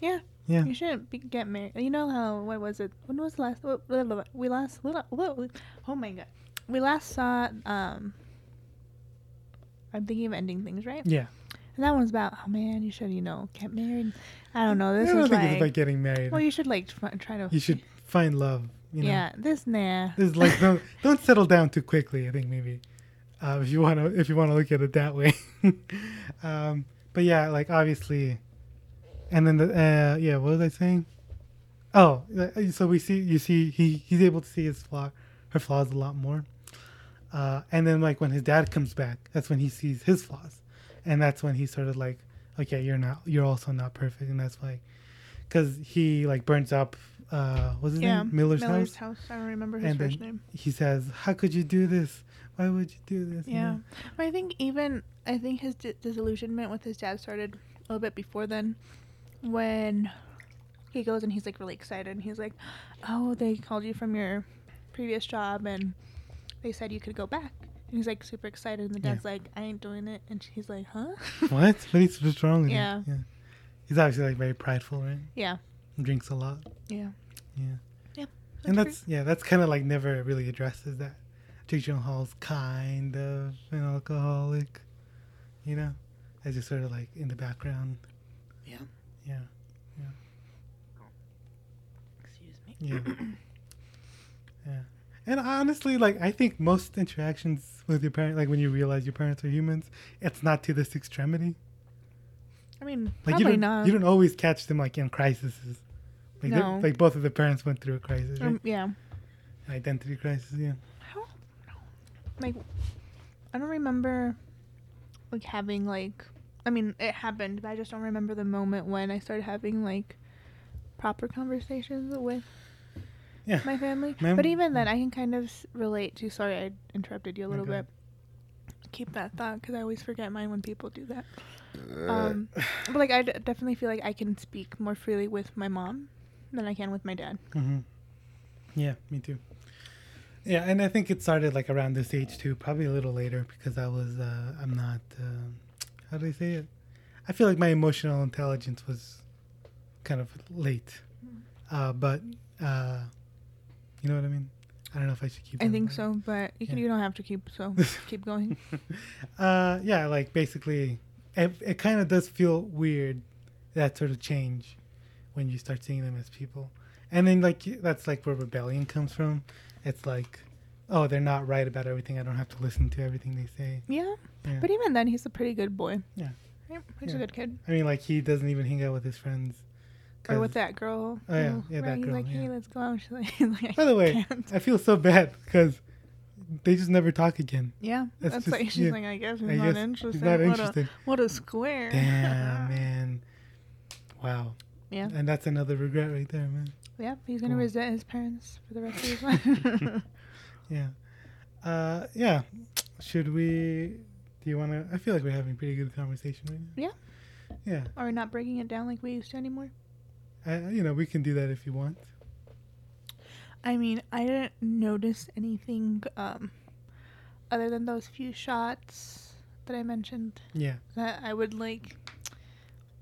[SPEAKER 2] Yeah.
[SPEAKER 1] Yeah.
[SPEAKER 2] You shouldn't be, get married. You know how? What was it? When was the last? What, blah, blah, blah, we last. Little, whoa, oh my god. We last saw. Um. I'm thinking of ending things, right?
[SPEAKER 1] Yeah.
[SPEAKER 2] And that one's about. Oh man, you should. You know, get married. I don't know. This
[SPEAKER 1] I don't
[SPEAKER 2] is
[SPEAKER 1] think it's
[SPEAKER 2] like.
[SPEAKER 1] about getting married.
[SPEAKER 2] well, you should like try, try to.
[SPEAKER 1] you should find love. You know?
[SPEAKER 2] Yeah. This nah.
[SPEAKER 1] This is like don't don't settle down too quickly. I think maybe uh, if you want to if you want to look at it that way. (laughs) um, but yeah, like obviously, and then the uh, yeah, what was I saying? Oh, uh, so we see you see he he's able to see his flaw, her flaws a lot more. Uh, and then like when his dad comes back, that's when he sees his flaws, and that's when he's sort of like, okay, you're not you're also not perfect, and that's like, because he like burns up. Uh, what's his
[SPEAKER 2] yeah.
[SPEAKER 1] name? Miller's, house
[SPEAKER 2] house. I don't remember his first name.
[SPEAKER 1] he says, "How could you do this? Why would you do this?" You
[SPEAKER 2] Yeah,
[SPEAKER 1] know?
[SPEAKER 2] but I think even I think his di- disillusionment with his dad started a little bit before then, when he goes and he's like really excited and he's like, "Oh, they called you from your previous job and they said you could go back." And he's like super excited, and the
[SPEAKER 1] Yeah.
[SPEAKER 2] dad's like, "I ain't doing it," and she's like, "Huh?"
[SPEAKER 1] what? What is what's wrong with
[SPEAKER 2] Yeah.
[SPEAKER 1] him? Yeah, he's obviously like very prideful, right?
[SPEAKER 2] Yeah,
[SPEAKER 1] Drinks a lot,
[SPEAKER 2] (laughs) yeah,
[SPEAKER 1] Yeah.
[SPEAKER 2] yeah.
[SPEAKER 1] and that's yeah, that's kind of like never really addresses that. Jake Gyllenhaal's kind of an alcoholic, you know, as just sort of like in the background.
[SPEAKER 5] Yeah.
[SPEAKER 1] Yeah,
[SPEAKER 2] Excuse me.
[SPEAKER 1] yeah,
[SPEAKER 2] (clears throat)
[SPEAKER 1] yeah. And honestly, like I think most interactions with your parent, like when you realize your parents are humans, it's not to this extremity.
[SPEAKER 2] I mean,
[SPEAKER 1] Like you
[SPEAKER 2] probably
[SPEAKER 1] don't,
[SPEAKER 2] not.
[SPEAKER 1] you don't always catch them like in crises. Like they're-
[SPEAKER 2] No.
[SPEAKER 1] like both of the parents went through a crisis, right?
[SPEAKER 2] Um, yeah.
[SPEAKER 1] An identity crisis. Yeah,
[SPEAKER 2] I don't know. Like, I don't remember, like, having, like, I mean, it happened, but I just don't remember the moment when I started having, like, proper conversations with
[SPEAKER 1] Yeah.
[SPEAKER 2] my family.
[SPEAKER 1] Ma'am?
[SPEAKER 2] But even then, I can kind of s- relate to, sorry, I interrupted you a
[SPEAKER 1] You're
[SPEAKER 2] little
[SPEAKER 1] good.
[SPEAKER 2] bit. Keep that thought because I always forget mine when people do that.
[SPEAKER 1] Uh,
[SPEAKER 2] Um,
[SPEAKER 1] (sighs)
[SPEAKER 2] but, like, I d- definitely feel like I can speak more freely with my mom than I can with my dad.
[SPEAKER 1] yeah, me too. Yeah, and I think it started like around this age too, probably a little later because I was uh, I'm not um how do I say it? I feel like my emotional intelligence was kind of late, uh, but uh, you know what I mean. I don't know if I should keep.
[SPEAKER 2] I
[SPEAKER 1] that
[SPEAKER 2] think
[SPEAKER 1] in mind.
[SPEAKER 2] so, but you, can,
[SPEAKER 1] Oh, Yeah.
[SPEAKER 2] you don't have to keep,
[SPEAKER 1] (laughs)
[SPEAKER 2] so keep going.
[SPEAKER 1] uh yeah like basically it, it kind of does feel weird that sort of change when you start seeing them as people and then like y- that's like where rebellion comes from it's like oh they're not right about everything i don't have to listen to everything they say
[SPEAKER 2] Yeah.
[SPEAKER 1] Yeah.
[SPEAKER 2] But even then, he's a pretty good boy.
[SPEAKER 1] Yeah.
[SPEAKER 2] Yep, he's
[SPEAKER 1] Yeah.
[SPEAKER 2] a good kid.
[SPEAKER 1] i mean like he doesn't even hang out with his friends
[SPEAKER 2] Or
[SPEAKER 1] 'cause-
[SPEAKER 2] with that girl.
[SPEAKER 1] Oh, yeah,
[SPEAKER 2] who-
[SPEAKER 1] yeah, that
[SPEAKER 2] right, he's
[SPEAKER 1] girl,
[SPEAKER 2] like, hey,
[SPEAKER 1] yeah.
[SPEAKER 2] let's go out. (laughs) She's like, he's like, I
[SPEAKER 1] by the
[SPEAKER 2] (laughs)
[SPEAKER 1] way
[SPEAKER 2] can't.
[SPEAKER 1] i feel so bad because they just never talk again
[SPEAKER 2] Yeah.
[SPEAKER 1] that's
[SPEAKER 2] That's,
[SPEAKER 1] just-
[SPEAKER 2] like, she's
[SPEAKER 1] yeah.
[SPEAKER 2] like, I guess he's
[SPEAKER 1] I
[SPEAKER 2] not
[SPEAKER 1] guess he's
[SPEAKER 2] interested.
[SPEAKER 1] not
[SPEAKER 2] what,
[SPEAKER 1] interested.
[SPEAKER 2] (laughs) A, what a square.
[SPEAKER 1] damn man wow
[SPEAKER 2] Yeah.
[SPEAKER 1] and that's another regret right there man
[SPEAKER 2] Yep, he's going to resent his parents for the rest of
[SPEAKER 1] (laughs)
[SPEAKER 2] his life. (laughs)
[SPEAKER 1] Yeah. Uh, yeah. Should we? Do you want to? I feel like we're having a pretty good conversation right now.
[SPEAKER 2] yeah.
[SPEAKER 1] Yeah.
[SPEAKER 2] Are we not breaking it down like we used to anymore?
[SPEAKER 1] I, you know, we can do that if you want.
[SPEAKER 2] I mean, I didn't notice anything um, other than those few shots that I mentioned
[SPEAKER 1] Yeah.
[SPEAKER 2] that I would like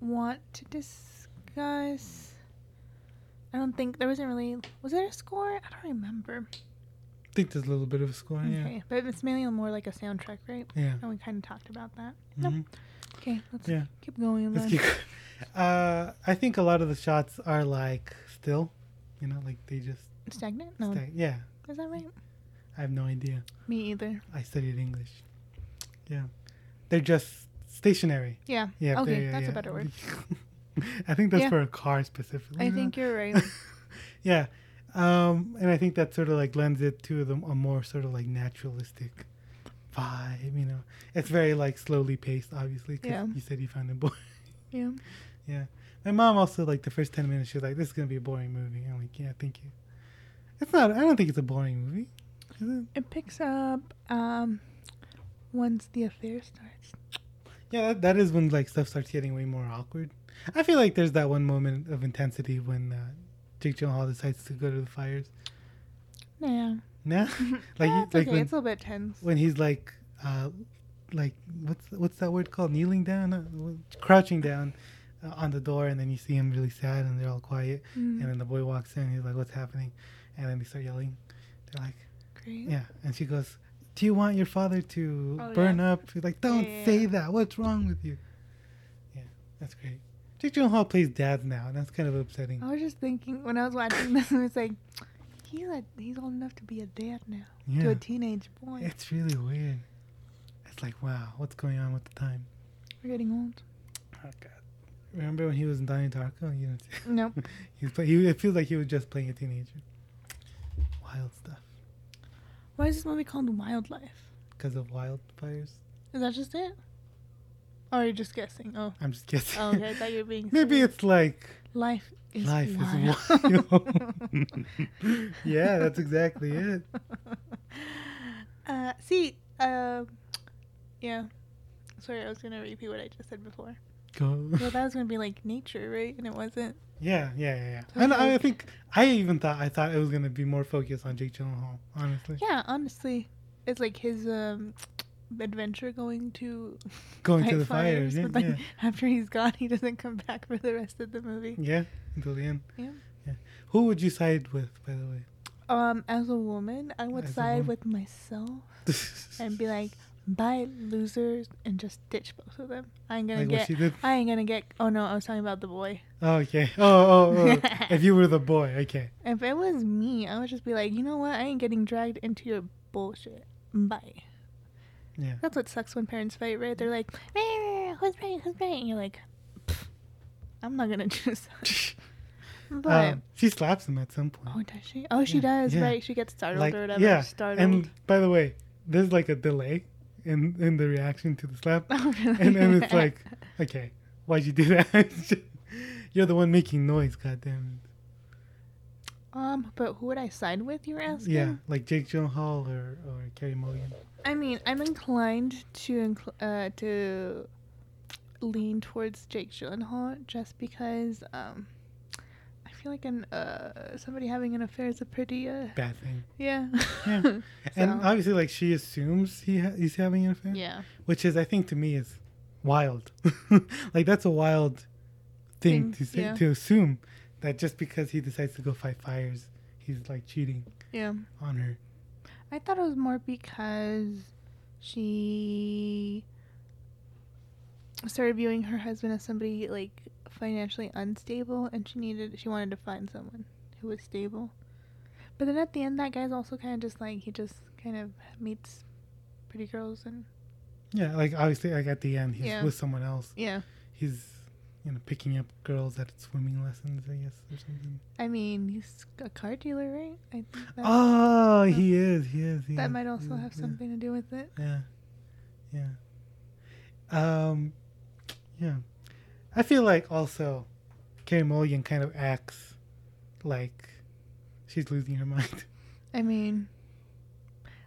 [SPEAKER 2] want to discuss. I don't think there wasn't really was there a score? I don't remember.
[SPEAKER 1] I think there's a little bit of a score.
[SPEAKER 2] Okay, but it's mainly more like a soundtrack, right?
[SPEAKER 1] Yeah. Yeah.
[SPEAKER 2] And we kind of talked about that.
[SPEAKER 1] Mhm.
[SPEAKER 2] No. Okay, let's
[SPEAKER 1] Yeah.
[SPEAKER 2] keep going.
[SPEAKER 1] Let's
[SPEAKER 2] then.
[SPEAKER 1] keep going. Uh, I think a lot of the shots are like still, you know, like they just
[SPEAKER 2] Stagnant? No,
[SPEAKER 1] stay. Yeah,
[SPEAKER 2] is that right?
[SPEAKER 1] I have no idea.
[SPEAKER 2] Me either.
[SPEAKER 1] I studied English. Yeah, they're just stationary.
[SPEAKER 2] Yeah.
[SPEAKER 1] Yeah.
[SPEAKER 2] okay,
[SPEAKER 1] they-
[SPEAKER 2] that's
[SPEAKER 1] yeah.
[SPEAKER 2] a
[SPEAKER 1] (laughs)
[SPEAKER 2] better word.
[SPEAKER 1] I think that's
[SPEAKER 2] Yeah.
[SPEAKER 1] for a car specifically.
[SPEAKER 2] I
[SPEAKER 1] you know?
[SPEAKER 2] think you're
[SPEAKER 1] (laughs)
[SPEAKER 2] right.
[SPEAKER 1] Yeah, um, and I think that sort of like lends it to the, a more sort of like naturalistic vibe. You know, it's very like slowly paced, obviously. 'cause
[SPEAKER 2] Yeah.
[SPEAKER 1] You said you found it boring.
[SPEAKER 2] yeah.
[SPEAKER 1] Yeah. (laughs) My mom also like the first ten minutes. She was like, "This is gonna be a boring movie." I'm like, "Yeah, thank you." It's not. I don't think it's a boring movie. Is it?
[SPEAKER 2] It picks up um once the affair starts.
[SPEAKER 1] Yeah, that, that is when like stuff starts getting way more awkward. I feel like there's that one moment of intensity when uh, Jake Gyllenhaal decides to go to the fires.
[SPEAKER 2] Yeah. (laughs)
[SPEAKER 1] No, like
[SPEAKER 2] Yeah,
[SPEAKER 1] he- like
[SPEAKER 2] it's okay.
[SPEAKER 1] when,
[SPEAKER 2] it's a little bit tense.
[SPEAKER 1] when he's like, uh, like what's what's that word called? Kneeling down, uh, wh- crouching down uh, on the door, and then you see him really sad, and they're all quiet,
[SPEAKER 2] Mm-hmm.
[SPEAKER 1] and then the boy walks in, and he's like, "What's happening?" And then they start yelling. They're like.
[SPEAKER 2] Great.
[SPEAKER 1] Yeah, and she goes, "Do you want your father to
[SPEAKER 2] Mm-hmm. Oh,
[SPEAKER 1] burn
[SPEAKER 2] yeah.
[SPEAKER 1] up?" He's like, "Don't
[SPEAKER 2] Yeah.
[SPEAKER 1] say that. What's wrong with you?" Yeah, that's great. Jake Gyllenhaal plays dads now, and that's kind of upsetting.
[SPEAKER 2] I was just thinking when I was watching (laughs) this, I was like, he's a, he's old enough to be a dad now to
[SPEAKER 1] yeah,
[SPEAKER 2] a teenage boy.
[SPEAKER 1] it's really weird. It's like, wow, what's going on with the time?
[SPEAKER 2] We're getting old.
[SPEAKER 1] Oh God. Remember when he was in Donnie Darko? You know, (laughs)
[SPEAKER 2] Nope.
[SPEAKER 1] he was play- he, it feels like he was just playing a teenager. Wild stuff
[SPEAKER 2] Why is this movie called Wildlife?
[SPEAKER 1] because of wildfires.
[SPEAKER 2] Is that just it? Or are you just guessing? Oh,
[SPEAKER 1] I'm just guessing.
[SPEAKER 2] oh okay. I thought you were being.
[SPEAKER 1] (laughs) Maybe
[SPEAKER 2] serious.
[SPEAKER 1] it's like
[SPEAKER 2] life is
[SPEAKER 1] life
[SPEAKER 2] wild.
[SPEAKER 1] is (laughs) wild. (laughs) yeah, that's exactly it.
[SPEAKER 2] Uh, see, uh, yeah. Sorry, I was gonna repeat what I just said before.
[SPEAKER 1] Go.
[SPEAKER 2] Well, that was gonna be like nature, right? And it wasn't.
[SPEAKER 1] Yeah, yeah, yeah, yeah.
[SPEAKER 2] So
[SPEAKER 1] And I, I
[SPEAKER 2] like-
[SPEAKER 1] think I even thought I thought it was gonna be more focused on Jake Gyllenhaal. Honestly,
[SPEAKER 2] Yeah, honestly, it's like his um adventure going to
[SPEAKER 1] going to
[SPEAKER 2] fight
[SPEAKER 1] the fires. Yeah,
[SPEAKER 2] but like
[SPEAKER 1] yeah,
[SPEAKER 2] after he's gone, he doesn't come back for the rest of the movie.
[SPEAKER 1] yeah, until the end.
[SPEAKER 2] Yeah.
[SPEAKER 1] yeah. Who would you side with, by the way?
[SPEAKER 2] Um, as a woman, I would
[SPEAKER 1] As a
[SPEAKER 2] side
[SPEAKER 1] woman.
[SPEAKER 2] with
[SPEAKER 1] (laughs)
[SPEAKER 2] myself and be like, "Bye, losers," and just ditch both of them. I ain't gonna
[SPEAKER 1] Like what
[SPEAKER 2] get.
[SPEAKER 1] she did?
[SPEAKER 2] I ain't gonna get. Oh no, I was talking about the boy.
[SPEAKER 1] Oh, okay. (laughs) Oh, oh,
[SPEAKER 2] (laughs)
[SPEAKER 1] oh. if you were the boy, okay.
[SPEAKER 2] If it was me, I would just be like, you know what? I ain't getting dragged into your bullshit. Bye.
[SPEAKER 1] Yeah.
[SPEAKER 2] That's what sucks when parents fight, right? They're like, "Eh, who's right? Who's right? And you're like, "Pff, I'm not gonna (laughs) choose.
[SPEAKER 1] (laughs)
[SPEAKER 2] that." but
[SPEAKER 1] Um, she slaps him at some point.
[SPEAKER 2] oh, does she? Oh, she
[SPEAKER 1] yeah,
[SPEAKER 2] does.
[SPEAKER 1] yeah.
[SPEAKER 2] Right? She gets startled
[SPEAKER 1] like
[SPEAKER 2] or whatever.
[SPEAKER 1] yeah.
[SPEAKER 2] Startled.
[SPEAKER 1] And by the way, there's like a delay in in the reaction to the slap.
[SPEAKER 2] (laughs) Oh, really?
[SPEAKER 1] and and it's
[SPEAKER 2] (laughs)
[SPEAKER 1] like, okay, why'd you do (laughs) that? You're the one making noise, goddamn.
[SPEAKER 2] um, but who would I side with? You were asking.
[SPEAKER 1] Yeah, like Jake Gyllenhaal or or Carey Mulligan.
[SPEAKER 2] I mean, I'm inclined to incl- uh, to lean towards Jake Gyllenhaal just because um, I feel like an uh, somebody having an affair is a pretty uh,
[SPEAKER 1] Bad thing.
[SPEAKER 2] yeah
[SPEAKER 1] Yeah. And
[SPEAKER 2] So-
[SPEAKER 1] obviously, like she assumes he ha- he's having an affair,
[SPEAKER 2] (laughs) yeah
[SPEAKER 1] which is, I think, to me, is wild. (laughs) like that's a wild thing,
[SPEAKER 2] Thing,
[SPEAKER 1] to say,
[SPEAKER 2] yeah.
[SPEAKER 1] to assume that just because he decides to go fight fires, he's like cheating
[SPEAKER 2] yeah.
[SPEAKER 1] on her.
[SPEAKER 2] I thought it was more because she started viewing her husband as somebody like financially unstable and she needed she wanted to find someone who was stable. But then at the end that guy's also kind of just like he just kind of meets pretty girls and
[SPEAKER 1] Yeah, like obviously, like at the end, he's
[SPEAKER 2] Yeah.
[SPEAKER 1] with someone else.
[SPEAKER 2] yeah.
[SPEAKER 1] He's, you know, picking up girls at swimming lessons, I guess, or something.
[SPEAKER 2] I mean, he's a car dealer, right? I think that,
[SPEAKER 1] oh, he is. He is. He
[SPEAKER 2] that
[SPEAKER 1] is,
[SPEAKER 2] might
[SPEAKER 1] he
[SPEAKER 2] also
[SPEAKER 1] is,
[SPEAKER 2] have
[SPEAKER 1] yeah.
[SPEAKER 2] something to do with it.
[SPEAKER 1] Yeah. Yeah. Um yeah. I feel like also Carrie Mulligan kind of acts like she's losing her (laughs) mind.
[SPEAKER 2] I mean,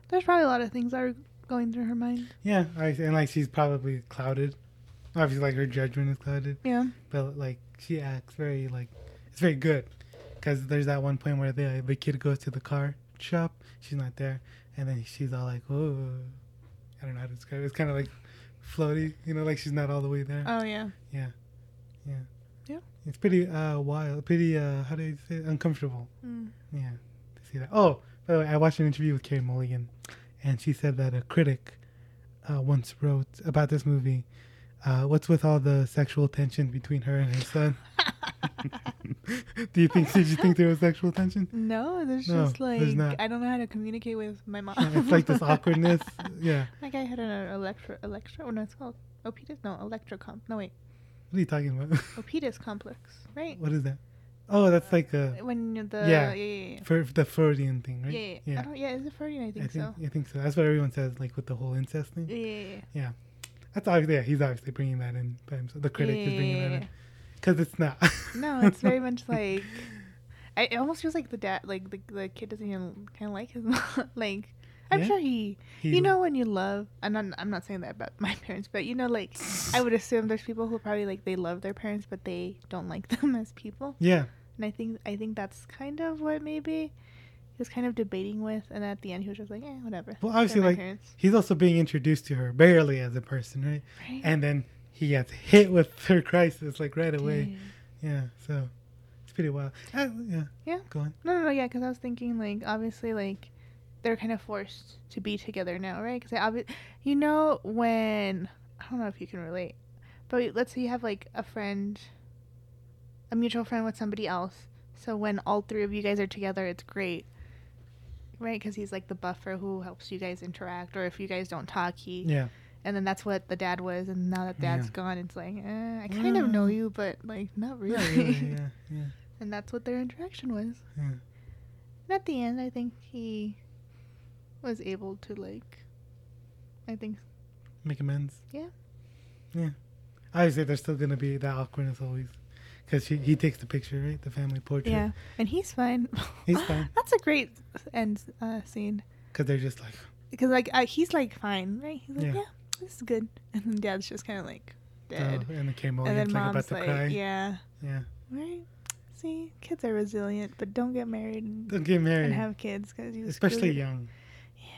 [SPEAKER 2] there's probably a lot of things that are going through her mind.
[SPEAKER 1] yeah, I- and like she's probably clouded. Obviously like her judgment is clouded,
[SPEAKER 2] Yeah.
[SPEAKER 1] but like she acts very like it's very good cuz there's that one point where the the kid goes to the car shop, she's not there, and then she's all like, "Oh, I don't know how to describe it. It's kind of like floaty, you know, like she's not all the way there.
[SPEAKER 2] Oh yeah.
[SPEAKER 1] yeah, yeah,
[SPEAKER 2] Yeah.
[SPEAKER 1] It's pretty uh wild, pretty uh how do you say it? uncomfortable.
[SPEAKER 2] Mm.
[SPEAKER 1] Yeah, to see that. Oh, by the way, I watched an interview with Carrie Mulligan, and she said that a critic uh, once wrote about this movie. Uh, what's with all the sexual tension between her and her son? (laughs) do you think? Did you think there was sexual tension?
[SPEAKER 2] No, there's
[SPEAKER 1] No,
[SPEAKER 2] just like
[SPEAKER 1] there's not.
[SPEAKER 2] I don't know how to communicate with my mom.
[SPEAKER 1] Yeah, it's like this awkwardness. Yeah.
[SPEAKER 2] (laughs) Like I had an electro, electro, what no, it's called opitis. No, electrocom. No wait,
[SPEAKER 1] What are you talking about? (laughs)
[SPEAKER 2] opitis complex, right?
[SPEAKER 1] what is that? Oh, that's like a
[SPEAKER 2] When you- the
[SPEAKER 1] Yeah.
[SPEAKER 2] yeah yeah yeah.
[SPEAKER 1] for the Freudian thing,
[SPEAKER 2] Yeah,
[SPEAKER 1] right?
[SPEAKER 2] yeah, yeah. I don't, yeah is it Freudian? I think,
[SPEAKER 1] I think
[SPEAKER 2] so.
[SPEAKER 1] I think so. That's what everyone says, like with the whole incest thing.
[SPEAKER 2] Yeah, yeah,
[SPEAKER 1] (laughs)
[SPEAKER 2] yeah.
[SPEAKER 1] That's obviously yeah, he's obviously bringing that in by himself. The critic is bringing that in
[SPEAKER 2] Yeah.
[SPEAKER 1] because it's not. (laughs)
[SPEAKER 2] No, it's very much like I, it almost feels like the dad, like the, the kid doesn't even kind of like his (laughs) mom. like I'm
[SPEAKER 1] Yeah.
[SPEAKER 2] sure he,
[SPEAKER 1] He-
[SPEAKER 2] you know, when you love. I'm not. I'm not saying that about (laughs) my parents, but you know, like I would assume there's people who probably like they love their parents, but they don't like (laughs) them as people.
[SPEAKER 1] yeah,
[SPEAKER 2] And I think I think that's kind of what maybe he was kind of debating with, and at the end he was just like, eh, whatever.
[SPEAKER 1] well,
[SPEAKER 2] They're
[SPEAKER 1] obviously,
[SPEAKER 2] my
[SPEAKER 1] like
[SPEAKER 2] parents.
[SPEAKER 1] he's also being introduced to her barely as a person, right?
[SPEAKER 2] Right.
[SPEAKER 1] And then he gets hit with (laughs) her crisis like right away. Yeah, so it's pretty wild. Uh, yeah,
[SPEAKER 2] Yeah.
[SPEAKER 1] go on.
[SPEAKER 2] No, no, no, yeah, because I was thinking, like, obviously, like, they're kind of forced to be together now, right? Because, obvi- you know, when, I don't know if you can relate, but let's say you have, like, a friend, a mutual friend with somebody else. So when all three of you guys are together, it's great, right? Because he's, like, the buffer who helps you guys interact, or if you guys don't talk, he. (laughs)
[SPEAKER 1] Yeah,
[SPEAKER 2] And then that's what the dad was, and now that dad's
[SPEAKER 1] Yeah.
[SPEAKER 2] gone, it's like, eh, I kind of know you, but, like, not really.
[SPEAKER 1] yeah, yeah, yeah, yeah.
[SPEAKER 2] (laughs) and that's what their interaction was.
[SPEAKER 1] Yeah.
[SPEAKER 2] And at the end, I think he was able to like. I think
[SPEAKER 1] Make amends.
[SPEAKER 2] Yeah.
[SPEAKER 1] yeah. Obviously, there's still gonna be that awkwardness always, because he takes the picture, right? The family portrait.
[SPEAKER 2] yeah, and he's fine. (gasps) (laughs)
[SPEAKER 1] He's fine.
[SPEAKER 2] That's a great end uh, scene
[SPEAKER 1] Because they're just like,
[SPEAKER 2] because like uh, he's like fine, right? He's like
[SPEAKER 1] Yeah.
[SPEAKER 2] yeah, this is good, and then dad's just kind of like dead,
[SPEAKER 1] oh, and the K
[SPEAKER 2] and
[SPEAKER 1] Mulligan's
[SPEAKER 2] then
[SPEAKER 1] like about
[SPEAKER 2] mom's
[SPEAKER 1] to
[SPEAKER 2] like
[SPEAKER 1] cry.
[SPEAKER 2] yeah,
[SPEAKER 1] yeah.
[SPEAKER 2] right. See, kids are resilient, but don't get married and,
[SPEAKER 1] Don't get married.
[SPEAKER 2] and have kids because you screw
[SPEAKER 1] especially
[SPEAKER 2] your-
[SPEAKER 1] young. Yeah.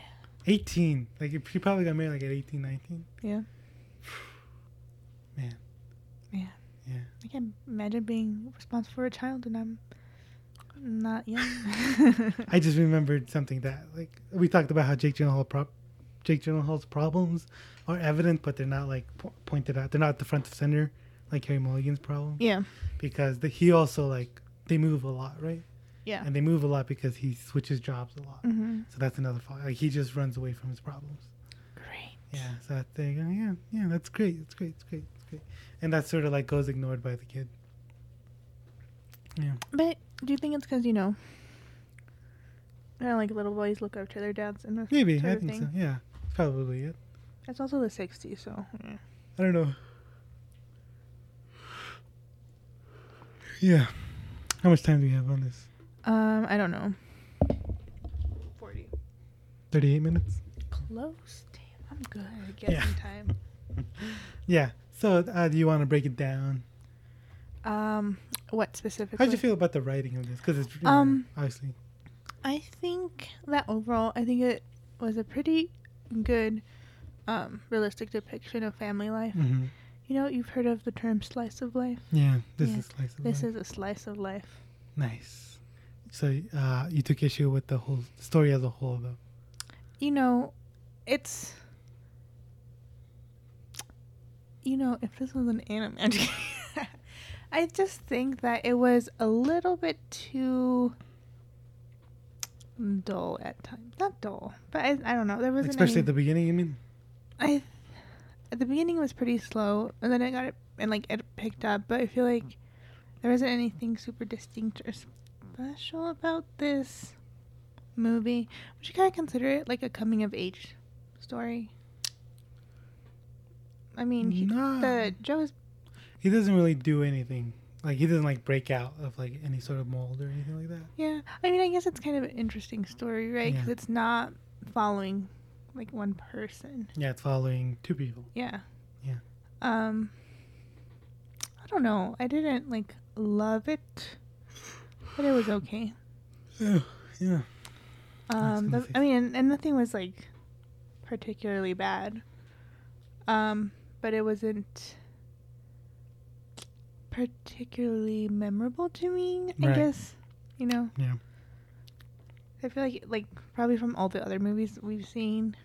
[SPEAKER 1] 18. Like, if you probably got married like at 18,
[SPEAKER 2] (laughs)
[SPEAKER 1] 19.
[SPEAKER 2] Yeah.
[SPEAKER 1] (sighs) Man.
[SPEAKER 2] Yeah.
[SPEAKER 1] Yeah.
[SPEAKER 2] I can't imagine being responsible for a child, and I'm
[SPEAKER 1] (laughs)
[SPEAKER 2] not young. (laughs)
[SPEAKER 1] I just remembered something that, like, we talked about how Jake Gyllenhaal prop. Jake Gyllenhaal's problems are evident, but they're not like po- pointed out. They're not at the front of center, like Harry Mulligan's problem,
[SPEAKER 2] yeah,
[SPEAKER 1] because the, he also like they move a lot, right?
[SPEAKER 2] yeah.
[SPEAKER 1] And they move a lot because he switches jobs a lot.
[SPEAKER 2] Mm-hmm.
[SPEAKER 1] So that's another fault. Like he just runs away from his problems.
[SPEAKER 2] Great.
[SPEAKER 1] Yeah, so that thing. oh, Yeah, yeah, that's great. That's great. That's great. That's great. And that sort of like goes ignored by the kid.
[SPEAKER 2] But do you think it's because you know, I don't like little boys look up to their dads and this
[SPEAKER 1] Maybe
[SPEAKER 2] sort
[SPEAKER 1] I
[SPEAKER 2] of
[SPEAKER 1] think
[SPEAKER 2] thing?
[SPEAKER 1] so. Yeah, that's probably it.
[SPEAKER 2] It's also the '60s, so mm.
[SPEAKER 1] I don't know. Yeah. How much time do we have on this?
[SPEAKER 2] um, I don't know. Forty.
[SPEAKER 1] Thirty-eight minutes.
[SPEAKER 2] Close. Damn, I'm good. at Guessing
[SPEAKER 1] Yeah.
[SPEAKER 2] time.
[SPEAKER 1] Yeah. So, uh, do you want to break it down?
[SPEAKER 2] Um, what specifically?
[SPEAKER 1] How'd you feel about the writing of this? Because it's you know,
[SPEAKER 2] Um,
[SPEAKER 1] obviously.
[SPEAKER 2] I think that overall, I think it was a pretty good, um, realistic depiction of family life.
[SPEAKER 1] hmm
[SPEAKER 2] You know, you've heard of the term slice of life.
[SPEAKER 1] Yeah. This
[SPEAKER 2] yeah.
[SPEAKER 1] is slice of
[SPEAKER 2] This
[SPEAKER 1] life.
[SPEAKER 2] is a slice of life.
[SPEAKER 1] nice. So, uh, you took issue with the whole story as a whole, though.
[SPEAKER 2] you know, it's you know, if this was an anime, I'm just kidding. (laughs) I just think that it was a little bit too dull at times. Not dull, but I, I don't know. There wasn't
[SPEAKER 1] Especially at
[SPEAKER 2] any,
[SPEAKER 1] the beginning. You mean?
[SPEAKER 2] I at the beginning it was pretty slow, and then it got it and like it picked up. But I feel like there isn't anything super distinct or special about this movie. Would you kind of consider it like a coming of age story? I mean, he,
[SPEAKER 1] No.
[SPEAKER 2] the Joe's
[SPEAKER 1] he doesn't really do anything. Like he doesn't like break out of like any sort of mold or anything like that.
[SPEAKER 2] yeah. I mean, I guess it's kind of an interesting story, right? Because
[SPEAKER 1] Yeah.
[SPEAKER 2] it's not following like one person.
[SPEAKER 1] Yeah, it's following two people.
[SPEAKER 2] Yeah.
[SPEAKER 1] Yeah.
[SPEAKER 2] Um I don't know. I didn't like love it, but it was okay.
[SPEAKER 1] Yeah, yeah.
[SPEAKER 2] Um
[SPEAKER 1] gonna
[SPEAKER 2] the-
[SPEAKER 1] say-
[SPEAKER 2] I mean and, and nothing was like particularly bad. Um, but it wasn't particularly memorable to me, I
[SPEAKER 1] Right.
[SPEAKER 2] guess. You know?
[SPEAKER 1] Yeah.
[SPEAKER 2] I feel like like probably from all the other movies we've seen,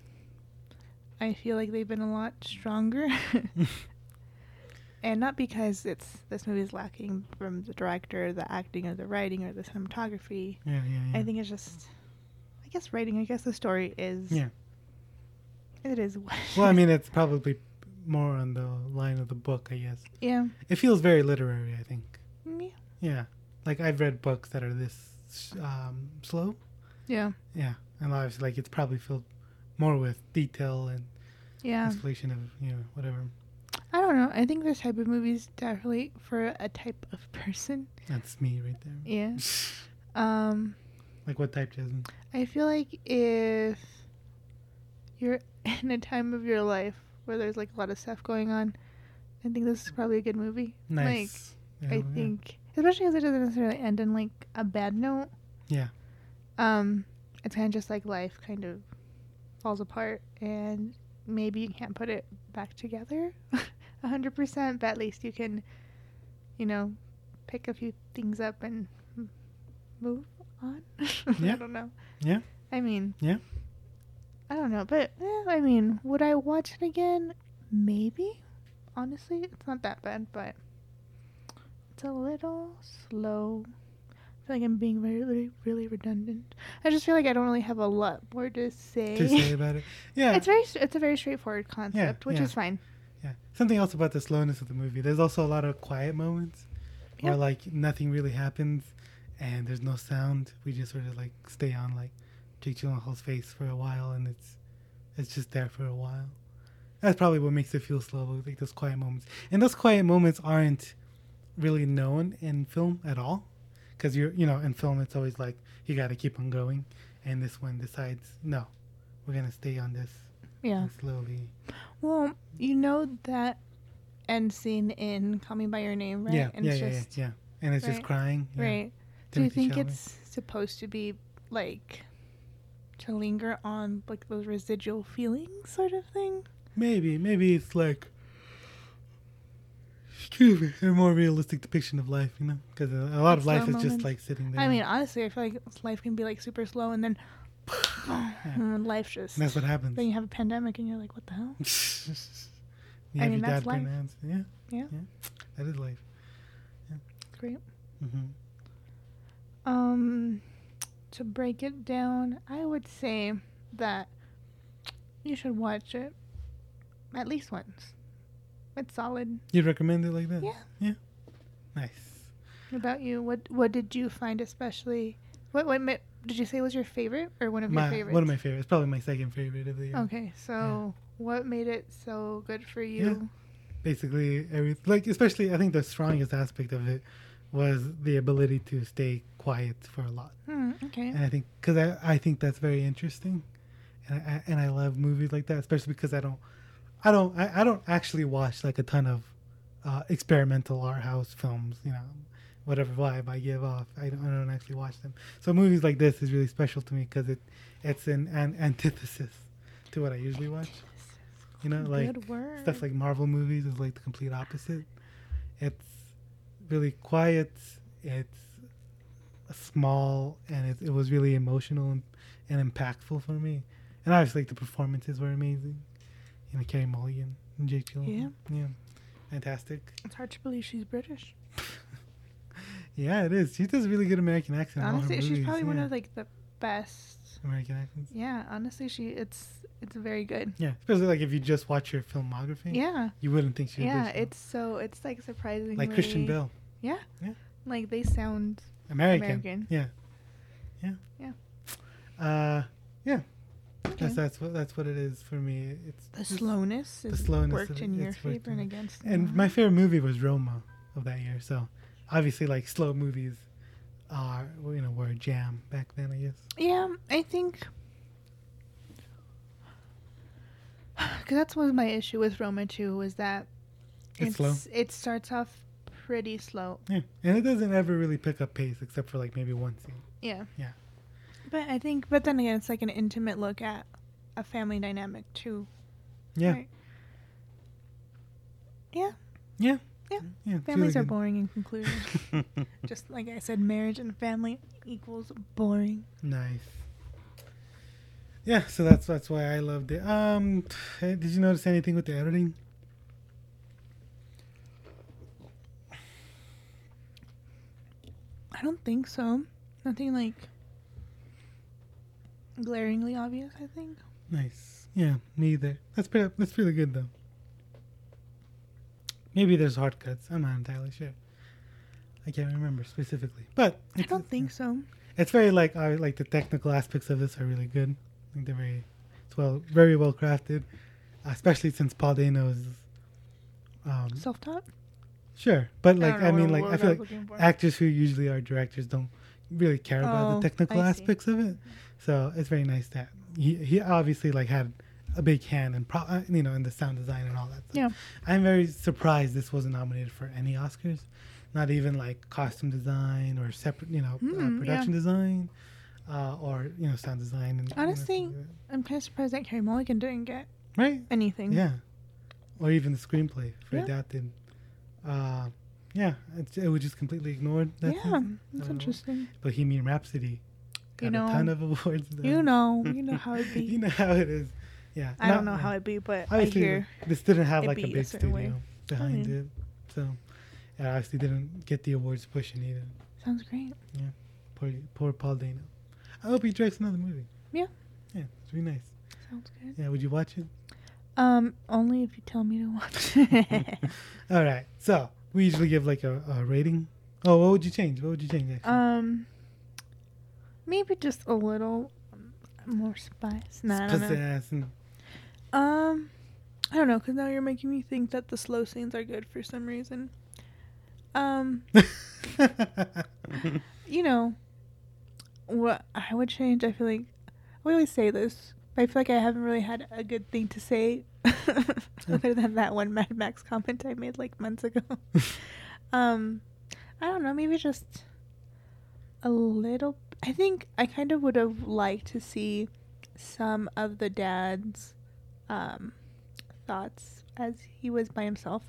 [SPEAKER 2] I feel like they've been a lot
[SPEAKER 1] (laughs)
[SPEAKER 2] stronger. (laughs) and not because it's this movie is lacking from the director, the acting or the writing or the cinematography.
[SPEAKER 1] Yeah, yeah, yeah.
[SPEAKER 2] I think it's just I guess writing, I guess the story is
[SPEAKER 1] Yeah.
[SPEAKER 2] It is what (laughs)
[SPEAKER 1] Well, I mean, it's probably more on the line of the book, I guess.
[SPEAKER 2] yeah.
[SPEAKER 1] It feels very literary, I think.
[SPEAKER 2] Yeah.
[SPEAKER 1] Yeah. Like, I've read books that are this um, slow.
[SPEAKER 2] Yeah.
[SPEAKER 1] Yeah. And obviously, like, it's probably filled more with detail and
[SPEAKER 2] Yeah.
[SPEAKER 1] explanation of, you know, whatever.
[SPEAKER 2] I don't know. I think this type of movies definitely for a type of person.
[SPEAKER 1] (laughs) That's me right there.
[SPEAKER 2] Yeah. Um
[SPEAKER 1] Like, what type, Jasmine?
[SPEAKER 2] I feel like if you're (laughs) in a time of your life where there's like a lot of stuff going on, I think this is probably a good movie.
[SPEAKER 1] Nice.
[SPEAKER 2] Like
[SPEAKER 1] Yeah,
[SPEAKER 2] I
[SPEAKER 1] yeah.
[SPEAKER 2] think, especially because it doesn't necessarily end in like a bad note.
[SPEAKER 1] Yeah.
[SPEAKER 2] Um, it's kind of just like life kind of falls apart, and maybe you can't put it back together (laughs) a hundred percent, but at least you can, you know, pick a few things up and m- move on. (laughs)
[SPEAKER 1] Yeah.
[SPEAKER 2] I don't know.
[SPEAKER 1] Yeah.
[SPEAKER 2] I mean,
[SPEAKER 1] Yeah.
[SPEAKER 2] I don't know, but eh, I mean, would I watch it again? Maybe. Honestly, it's not that bad, but it's a little slow. I feel like I'm being very, really, really redundant. I just feel like I don't really have a lot more to say. (laughs)
[SPEAKER 1] To say about it. Yeah.
[SPEAKER 2] it's very, it's a very straightforward concept, which
[SPEAKER 1] yeah.
[SPEAKER 2] is fine.
[SPEAKER 1] Yeah. Something else about the slowness of the movie. There's also a lot of quiet moments where
[SPEAKER 2] Yeah.
[SPEAKER 1] like nothing really happens and there's no sound. We just sort of like stay on like Jake Gyllenhaal's face for a while and it's it's just there for a while. That's probably what makes it feel slow, like those quiet moments. And those quiet moments aren't really known in film at all, because you're you know in film it's always like you got to keep on going, and this one decides no, we're gonna stay on this
[SPEAKER 2] Yeah.
[SPEAKER 1] and slowly.
[SPEAKER 2] Well, you know that end scene in "Call Me by Your Name," right?
[SPEAKER 1] Yeah,
[SPEAKER 2] and
[SPEAKER 1] yeah,
[SPEAKER 2] it's
[SPEAKER 1] yeah,
[SPEAKER 2] just
[SPEAKER 1] yeah, yeah. And it's just
[SPEAKER 2] right,
[SPEAKER 1] crying. yeah.
[SPEAKER 2] right. Do you
[SPEAKER 1] Timothy
[SPEAKER 2] think
[SPEAKER 1] Chalamet.
[SPEAKER 2] it's supposed to be like to linger on like those residual feelings sort of thing?
[SPEAKER 1] Maybe, maybe it's like, excuse me, a more realistic depiction of life, you know? Because a lot
[SPEAKER 2] Like
[SPEAKER 1] of life
[SPEAKER 2] slow
[SPEAKER 1] is just
[SPEAKER 2] moments.
[SPEAKER 1] like sitting there.
[SPEAKER 2] I mean, honestly, I feel like life can be like super slow, and then (laughs) and then life just
[SPEAKER 1] and that's what happens.
[SPEAKER 2] then you have a pandemic, and you're like, what the hell?
[SPEAKER 1] (laughs) You
[SPEAKER 2] I
[SPEAKER 1] have your
[SPEAKER 2] mean, that's
[SPEAKER 1] dad being
[SPEAKER 2] life.
[SPEAKER 1] hands- Yeah,
[SPEAKER 2] Yeah,
[SPEAKER 1] that is life.
[SPEAKER 2] it's great.
[SPEAKER 1] hmm
[SPEAKER 2] Um, to break it down, I would say that you should watch it at least once. It's solid.
[SPEAKER 1] You'd recommend it like that?
[SPEAKER 2] Yeah.
[SPEAKER 1] Yeah. Nice.
[SPEAKER 2] What about you? What What did you find especially? What What ma- did you say was your favorite or one of your
[SPEAKER 1] My,
[SPEAKER 2] favorites? Oh.
[SPEAKER 1] one of my favorites. Probably my second favorite of the year.
[SPEAKER 2] Okay, so what made it so good for
[SPEAKER 1] Yeah.
[SPEAKER 2] you?
[SPEAKER 1] basically every like especially I think the strongest aspect of it was the ability to stay quiet for a lot,
[SPEAKER 2] Hmm, okay.
[SPEAKER 1] and uh, I think because I, I think that's very interesting, and I, I- and I love movies like that, especially because I don't I don't I, I don't actually watch like a ton of uh, experimental art house films, you know, whatever vibe I give off, I don't, I don't actually watch them. So movies like this is really special to me because it it's an, an antithesis to what I usually watch. You know, like
[SPEAKER 2] good word.
[SPEAKER 1] stuff like Marvel movies is like the complete opposite. It's really quiet. It's small, and it, it was really emotional and, and impactful for me. And obviously, like the performances were amazing. You know, Carey Mulligan and Jake Gyllenhaal. Yeah, yeah, fantastic.
[SPEAKER 2] it's hard to believe she's British.
[SPEAKER 1] Yeah, it is. She does a really good American accent. in all her
[SPEAKER 2] Honestly, she's
[SPEAKER 1] movies,
[SPEAKER 2] probably one
[SPEAKER 1] yeah.
[SPEAKER 2] of like the best.
[SPEAKER 1] American accents.
[SPEAKER 2] Yeah, honestly, she it's it's very good.
[SPEAKER 1] Yeah, especially like if you just watch her filmography.
[SPEAKER 2] Yeah,
[SPEAKER 1] you wouldn't think she.
[SPEAKER 2] yeah, it's so it's like surprisingly
[SPEAKER 1] like Christian Bell,
[SPEAKER 2] Like they sound American.
[SPEAKER 1] American. Yeah, yeah,
[SPEAKER 2] Yeah.
[SPEAKER 1] Uh,
[SPEAKER 2] okay.
[SPEAKER 1] That's that's what that's what it is for me. It's
[SPEAKER 2] the slowness
[SPEAKER 1] the
[SPEAKER 2] is
[SPEAKER 1] slowness
[SPEAKER 2] worked
[SPEAKER 1] of it,
[SPEAKER 2] in your
[SPEAKER 1] it's worked
[SPEAKER 2] favor
[SPEAKER 1] in
[SPEAKER 2] and
[SPEAKER 1] it.
[SPEAKER 2] against.
[SPEAKER 1] and my favorite movie was Roma of that year. So obviously, like slow movies are well, you know were a jam back then. I guess.
[SPEAKER 2] Yeah, I think. (sighs) Because that's was my issue with Roma too was that
[SPEAKER 1] It's slow.
[SPEAKER 2] It starts off pretty slow.
[SPEAKER 1] Yeah, and it doesn't ever really pick up pace except for like maybe one scene.
[SPEAKER 2] Yeah.
[SPEAKER 1] Yeah.
[SPEAKER 2] But I think, but then again, it's like an intimate look at a family dynamic too.
[SPEAKER 1] Yeah.
[SPEAKER 2] Right. Yeah.
[SPEAKER 1] Yeah.
[SPEAKER 2] Yeah.
[SPEAKER 1] Yeah. she's
[SPEAKER 2] Families
[SPEAKER 1] a
[SPEAKER 2] are
[SPEAKER 1] good-
[SPEAKER 2] boring in conclusion.
[SPEAKER 1] (laughs)
[SPEAKER 2] Just like I said, marriage and family equals boring.
[SPEAKER 1] Nice. Yeah, so that's that's why I loved it. Um, eh, did you notice anything with the editing?
[SPEAKER 2] I don't think so. Nothing like glaringly obvious, I think.
[SPEAKER 1] Nice. Yeah, me either. That's pretty. That's pretty good though. Maybe there's hard cuts. I'm not entirely sure. I can't remember specifically, but
[SPEAKER 2] I
[SPEAKER 1] it's-
[SPEAKER 2] don't think so.
[SPEAKER 1] it's very like uh, like the technical aspects of this are really good. I think they're very it's well very well crafted, especially since Paul Dano is um,
[SPEAKER 2] Self taught?
[SPEAKER 1] sure, but
[SPEAKER 2] I
[SPEAKER 1] like
[SPEAKER 2] don't know
[SPEAKER 1] I, mean
[SPEAKER 2] what
[SPEAKER 1] like I
[SPEAKER 2] word
[SPEAKER 1] feel
[SPEAKER 2] I
[SPEAKER 1] like
[SPEAKER 2] was looking for.
[SPEAKER 1] actors who usually are directors don't really care about
[SPEAKER 2] Oh,
[SPEAKER 1] the technical
[SPEAKER 2] I see.
[SPEAKER 1] aspects of it. So it's very nice that he he obviously like had a big hand and pro- uh, you know in the sound design and all that. Stuff.
[SPEAKER 2] Yeah.
[SPEAKER 1] I'm very surprised this wasn't nominated for any Oscars, not even like costume design or separate you know
[SPEAKER 2] Mm, yeah.
[SPEAKER 1] uh, production design, uh, or you know sound design. And, you know,
[SPEAKER 2] Honestly,
[SPEAKER 1] stuff like that.
[SPEAKER 2] I'm kind of surprised that Carrie Mulligan didn't get
[SPEAKER 1] right?
[SPEAKER 2] anything.
[SPEAKER 1] Yeah, or even the screenplay for
[SPEAKER 2] Mm-hmm. Yeah.
[SPEAKER 1] adapted. Uh, yeah, it, it was just completely ignored. That's
[SPEAKER 2] yeah,
[SPEAKER 1] it.
[SPEAKER 2] that's
[SPEAKER 1] Uh,
[SPEAKER 2] interesting.
[SPEAKER 1] Bohemian Rhapsody got
[SPEAKER 2] You know-
[SPEAKER 1] a ton of awards. Though. (laughs)
[SPEAKER 2] You know, you know how it be.
[SPEAKER 1] you know how it is. Yeah,
[SPEAKER 2] I don't know how
[SPEAKER 1] it.
[SPEAKER 2] it be, but I
[SPEAKER 1] obviously
[SPEAKER 2] hear
[SPEAKER 1] this didn't have
[SPEAKER 2] it
[SPEAKER 1] like a
[SPEAKER 2] be a
[SPEAKER 1] big
[SPEAKER 2] certain
[SPEAKER 1] studio
[SPEAKER 2] way. Mm-hmm.
[SPEAKER 1] behind
[SPEAKER 2] mean-
[SPEAKER 1] it, so it obviously didn't get the awards pushing either.
[SPEAKER 2] sounds great.
[SPEAKER 1] Poor, poor Paul Dano. I hope he directs another movie.
[SPEAKER 2] Yeah.
[SPEAKER 1] Yeah, it'd be nice.
[SPEAKER 2] Sounds good.
[SPEAKER 1] Yeah, would you watch it?
[SPEAKER 2] Um, only if you tell me to
[SPEAKER 1] (laughs)
[SPEAKER 2] watch. it.
[SPEAKER 1] All right. So we usually give like a, a rating. Oh, what would you change? What would you change? Actually?
[SPEAKER 2] um, maybe just a little um, more spice. No, I don't know.
[SPEAKER 1] Pizzazz and-
[SPEAKER 2] Um, I don't know, cause now you're making me think that the slow scenes are good for some reason. Um, you know, what I would change. I feel like we always say this. But I feel like I haven't really had a good thing to say (laughs) other than that one Mad Max comment I made like months ago. um, I don't know. Maybe just a little. I think I kind of would have liked to see some of the dad's um, thoughts as he was by himself.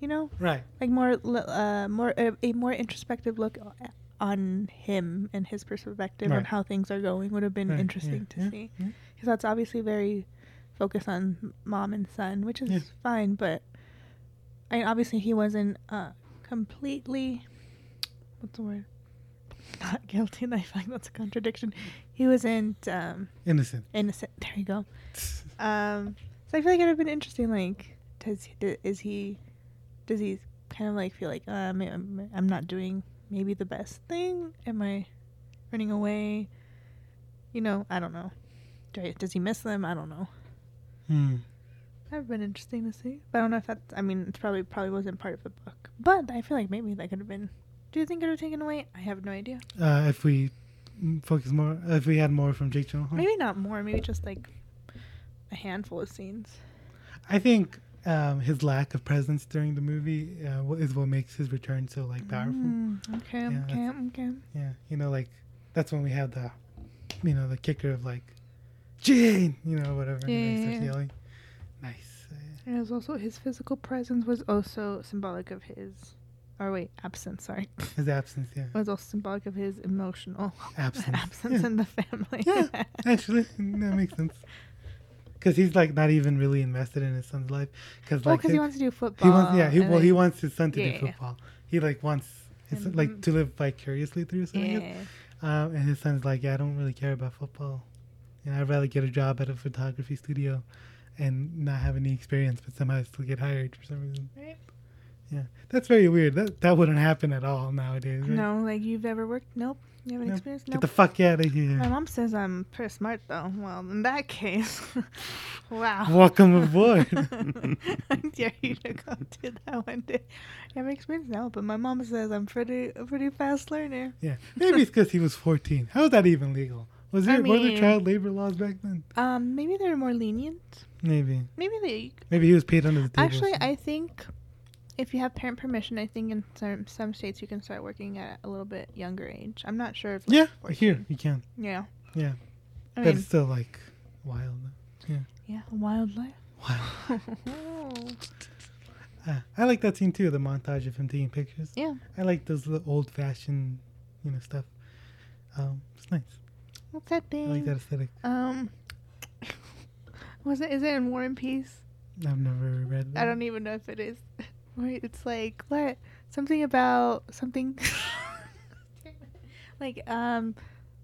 [SPEAKER 2] You know,
[SPEAKER 1] right.
[SPEAKER 2] like more li- uh, more a, a more introspective look o- on him and his perspective on
[SPEAKER 1] Right.
[SPEAKER 2] how things are going would have been
[SPEAKER 1] Right, yeah,
[SPEAKER 2] interesting to
[SPEAKER 1] yeah,
[SPEAKER 2] see
[SPEAKER 1] yeah.
[SPEAKER 2] because that's obviously very focused on m- mom and son which is
[SPEAKER 1] Yeah.
[SPEAKER 2] fine but I obviously he wasn't uh, completely what's the word (laughs) not guilty and I find that's a contradiction he wasn't um,
[SPEAKER 1] Innocent.
[SPEAKER 2] innocent there you go um, so I feel like it would have been interesting. Like, does d- is he does he kind of like feel like um, I'm, I'm not doing maybe the best thing? Am I running away? You know, I don't know. Do I, does he miss them? I don't know.
[SPEAKER 1] Hmm.
[SPEAKER 2] That would have been interesting to see. But I don't know if that's. I mean, it's probably probably wasn't part of the book. But I feel like maybe that could have been. Do you think it would have taken away? I have no idea.
[SPEAKER 1] Uh, if we mm, focus more, if we had more from Jake Gyllenhaal.
[SPEAKER 2] Maybe not more. Maybe just like a handful of scenes.
[SPEAKER 1] I think um, his lack of presence during the movie uh, wh- is what makes his return so like powerful.
[SPEAKER 2] Mm. Hmm, Okay.
[SPEAKER 1] Yeah,
[SPEAKER 2] okay.
[SPEAKER 1] that's-
[SPEAKER 2] Okay.
[SPEAKER 1] Yeah, you know, like that's when we have the, you know, the kicker of like, Jane, you know, whatever. and then he starts
[SPEAKER 2] Yeah.
[SPEAKER 1] yelling. Nice. Uh,
[SPEAKER 2] And it was also his physical presence was also symbolic of his, or wait, absence. Sorry,
[SPEAKER 1] His absence, yeah,
[SPEAKER 2] was also symbolic of Oh, his emotional
[SPEAKER 1] absence.
[SPEAKER 2] absence
[SPEAKER 1] Yeah,
[SPEAKER 2] in the family. (laughs)
[SPEAKER 1] Yeah. actually, (laughs) that makes sense. Because he's like not even really invested in his son's life. Because
[SPEAKER 2] well,
[SPEAKER 1] like
[SPEAKER 2] because Oh, he
[SPEAKER 1] it-
[SPEAKER 2] wants to do football.
[SPEAKER 1] he wants, yeah, he
[SPEAKER 2] and
[SPEAKER 1] well, he
[SPEAKER 2] then-
[SPEAKER 1] wants his son to
[SPEAKER 2] Yeah, yeah,
[SPEAKER 1] do
[SPEAKER 2] yeah.
[SPEAKER 1] football. He like wants his son,
[SPEAKER 2] Mhm.
[SPEAKER 1] like to live vicariously through something. else.
[SPEAKER 2] Yeah.
[SPEAKER 1] Um, and his son's like, yeah, I don't really care about football. You know, I'd rather get a job at a photography studio and not have any experience, but somehow still get hired for some reason.
[SPEAKER 2] Right.
[SPEAKER 1] Yeah, that's very weird. That that wouldn't happen at all nowadays. Right?
[SPEAKER 2] No, like you've ever worked? Nope. You haven't
[SPEAKER 1] No.
[SPEAKER 2] experienced?
[SPEAKER 1] Get
[SPEAKER 2] Nope.
[SPEAKER 1] the fuck out of here.
[SPEAKER 2] My mom says I'm pretty smart though. Well, in that case, (laughs) wow.
[SPEAKER 1] Welcome aboard. (laughs)
[SPEAKER 2] I (laughs) dare you to go do that one day. I haven't experienced now, but my mom says I'm pretty a pretty fast learner.
[SPEAKER 1] yeah, maybe it's because he was 14. How is that even legal? Was
[SPEAKER 2] I
[SPEAKER 1] there were
[SPEAKER 2] mean-
[SPEAKER 1] there child labor laws back then?
[SPEAKER 2] Um, maybe they're more lenient.
[SPEAKER 1] Maybe
[SPEAKER 2] Maybe they
[SPEAKER 1] maybe he was paid under the table. or
[SPEAKER 2] Actually,
[SPEAKER 1] something.
[SPEAKER 2] I think if you have parent permission, I think in some some states you can start working at a little bit younger age. I'm not sure if like,
[SPEAKER 1] yeah,
[SPEAKER 2] 14.
[SPEAKER 1] here you can,
[SPEAKER 2] Yeah.
[SPEAKER 1] Yeah.
[SPEAKER 2] I
[SPEAKER 1] but
[SPEAKER 2] mean,
[SPEAKER 1] it's still like Wild. Yeah.
[SPEAKER 2] Yeah, wildlife.
[SPEAKER 1] Wild. Uh, I like that scene too, the montage of him taking pictures.
[SPEAKER 2] yeah.
[SPEAKER 1] I like those little old fashioned, you know, stuff. Um, it's nice.
[SPEAKER 2] (laughs) What's that
[SPEAKER 1] I
[SPEAKER 2] thing?
[SPEAKER 1] like that aesthetic.
[SPEAKER 2] Um, (laughs) was it? Is it in War and Peace?
[SPEAKER 1] I've never read that.
[SPEAKER 2] I don't even know if it is. (laughs) Right? It's like what something about something, (laughs) like um,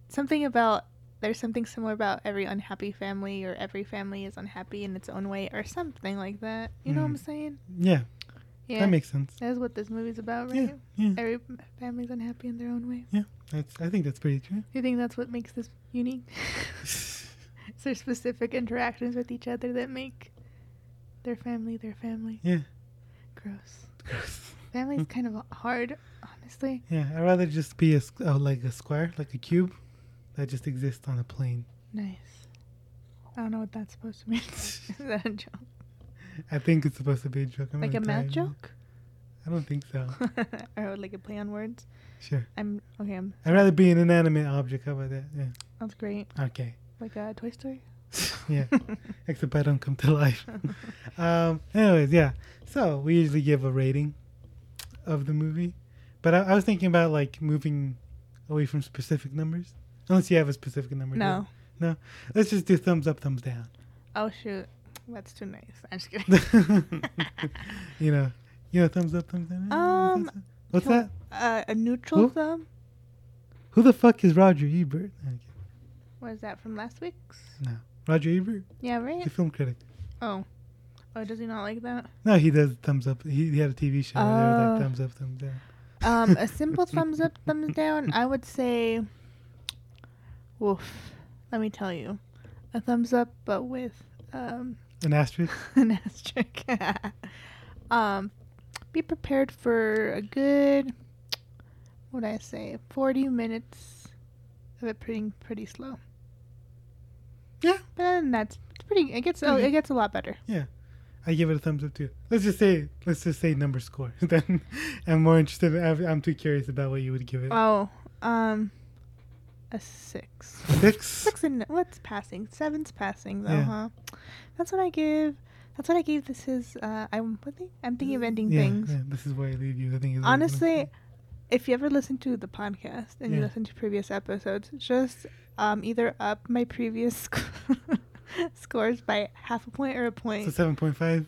[SPEAKER 2] something about there's something similar about every unhappy family or every family is unhappy in its own way or something like that. You know what I'm saying?
[SPEAKER 1] Yeah,
[SPEAKER 2] Yeah,
[SPEAKER 1] Mm. that makes sense.
[SPEAKER 2] that's what this movie's about,
[SPEAKER 1] Yeah,
[SPEAKER 2] right?
[SPEAKER 1] yeah.
[SPEAKER 2] Every family's unhappy in their own way.
[SPEAKER 1] Yeah, that's. I think that's pretty true.
[SPEAKER 2] You think that's what makes this
[SPEAKER 1] (laughs)
[SPEAKER 2] unique? Is there specific interactions with each other that make their family their family?
[SPEAKER 1] Yeah.
[SPEAKER 2] Gross. Family's kind of hard, honestly.
[SPEAKER 1] Yeah, I'd rather just be a s- uh, like a square, like a cube, that just exists on a plane.
[SPEAKER 2] Nice. I don't know what that's supposed to mean. (laughs) Is that a joke?
[SPEAKER 1] I think it's supposed to be a joke. I'm
[SPEAKER 2] Like a
[SPEAKER 1] not
[SPEAKER 2] math
[SPEAKER 1] entirely-
[SPEAKER 2] joke?
[SPEAKER 1] I don't think so.
[SPEAKER 2] (laughs) or like a play on words?
[SPEAKER 1] sure.
[SPEAKER 2] I'm okay. I'm,
[SPEAKER 1] I'd rather be an inanimate object. How about that? Yeah.
[SPEAKER 2] that's great.
[SPEAKER 1] Okay.
[SPEAKER 2] Like a Toy Story.
[SPEAKER 1] yeah. (laughs) Except I don't come to
[SPEAKER 2] (laughs)
[SPEAKER 1] life. um, anyways, yeah. So we usually give a rating of the movie, but I, I was thinking about like moving away from specific numbers, unless you have a specific number. do you?
[SPEAKER 2] No.
[SPEAKER 1] No. Let's just do thumbs up, thumbs down. (laughs)
[SPEAKER 2] Oh shoot, that's too nice. I'm just kidding.
[SPEAKER 1] you know, you know, thumbs up, thumbs down. eh,
[SPEAKER 2] Um,
[SPEAKER 1] thumbs up. What's
[SPEAKER 2] Can-
[SPEAKER 1] that?
[SPEAKER 2] Uh, a neutral
[SPEAKER 1] Who?
[SPEAKER 2] thumb.
[SPEAKER 1] Who the fuck is Roger Ebert? Okay.
[SPEAKER 2] What is that from last week's?
[SPEAKER 1] No, Roger Ebert,
[SPEAKER 2] Yeah, right.
[SPEAKER 1] the (laughs) film critic.
[SPEAKER 2] Oh, oh, does he not like that?
[SPEAKER 1] No, he does thumbs up. He, he had a TV show. where they were
[SPEAKER 2] Oh.
[SPEAKER 1] like thumbs up, thumbs down.
[SPEAKER 2] Um, a simple thumbs up, thumbs down. I would say, woof. Let me tell you, a thumbs up, but with um
[SPEAKER 1] An asterisk.
[SPEAKER 2] (laughs) an asterisk. um, be prepared for a good. What would I say? Forty minutes of it pretty pretty slow.
[SPEAKER 1] Yeah.
[SPEAKER 2] but then that's it's pretty. It gets oh, it gets a lot better.
[SPEAKER 1] I give it a thumbs up too. Let's just say, let's just say number score. (laughs) then I'm more interested. I'm I'm too curious about what you would give it.
[SPEAKER 2] Oh, um, a six.
[SPEAKER 1] Six.
[SPEAKER 2] Six and what's passing? Seven's passing though,
[SPEAKER 1] Yeah.
[SPEAKER 2] huh? That's what I give. That's what I gave. This is. Uh, I'm. What thing? I'm thinking of ending
[SPEAKER 1] Yeah,
[SPEAKER 2] things.
[SPEAKER 1] yeah, this is where I leave you. I think it's like-
[SPEAKER 2] Honestly, if you ever listen to the podcast and you
[SPEAKER 1] Yeah.
[SPEAKER 2] listen to previous episodes, just um either up my previous (laughs) sc- scores by half a point or a
[SPEAKER 1] so
[SPEAKER 2] point.
[SPEAKER 1] seven point five.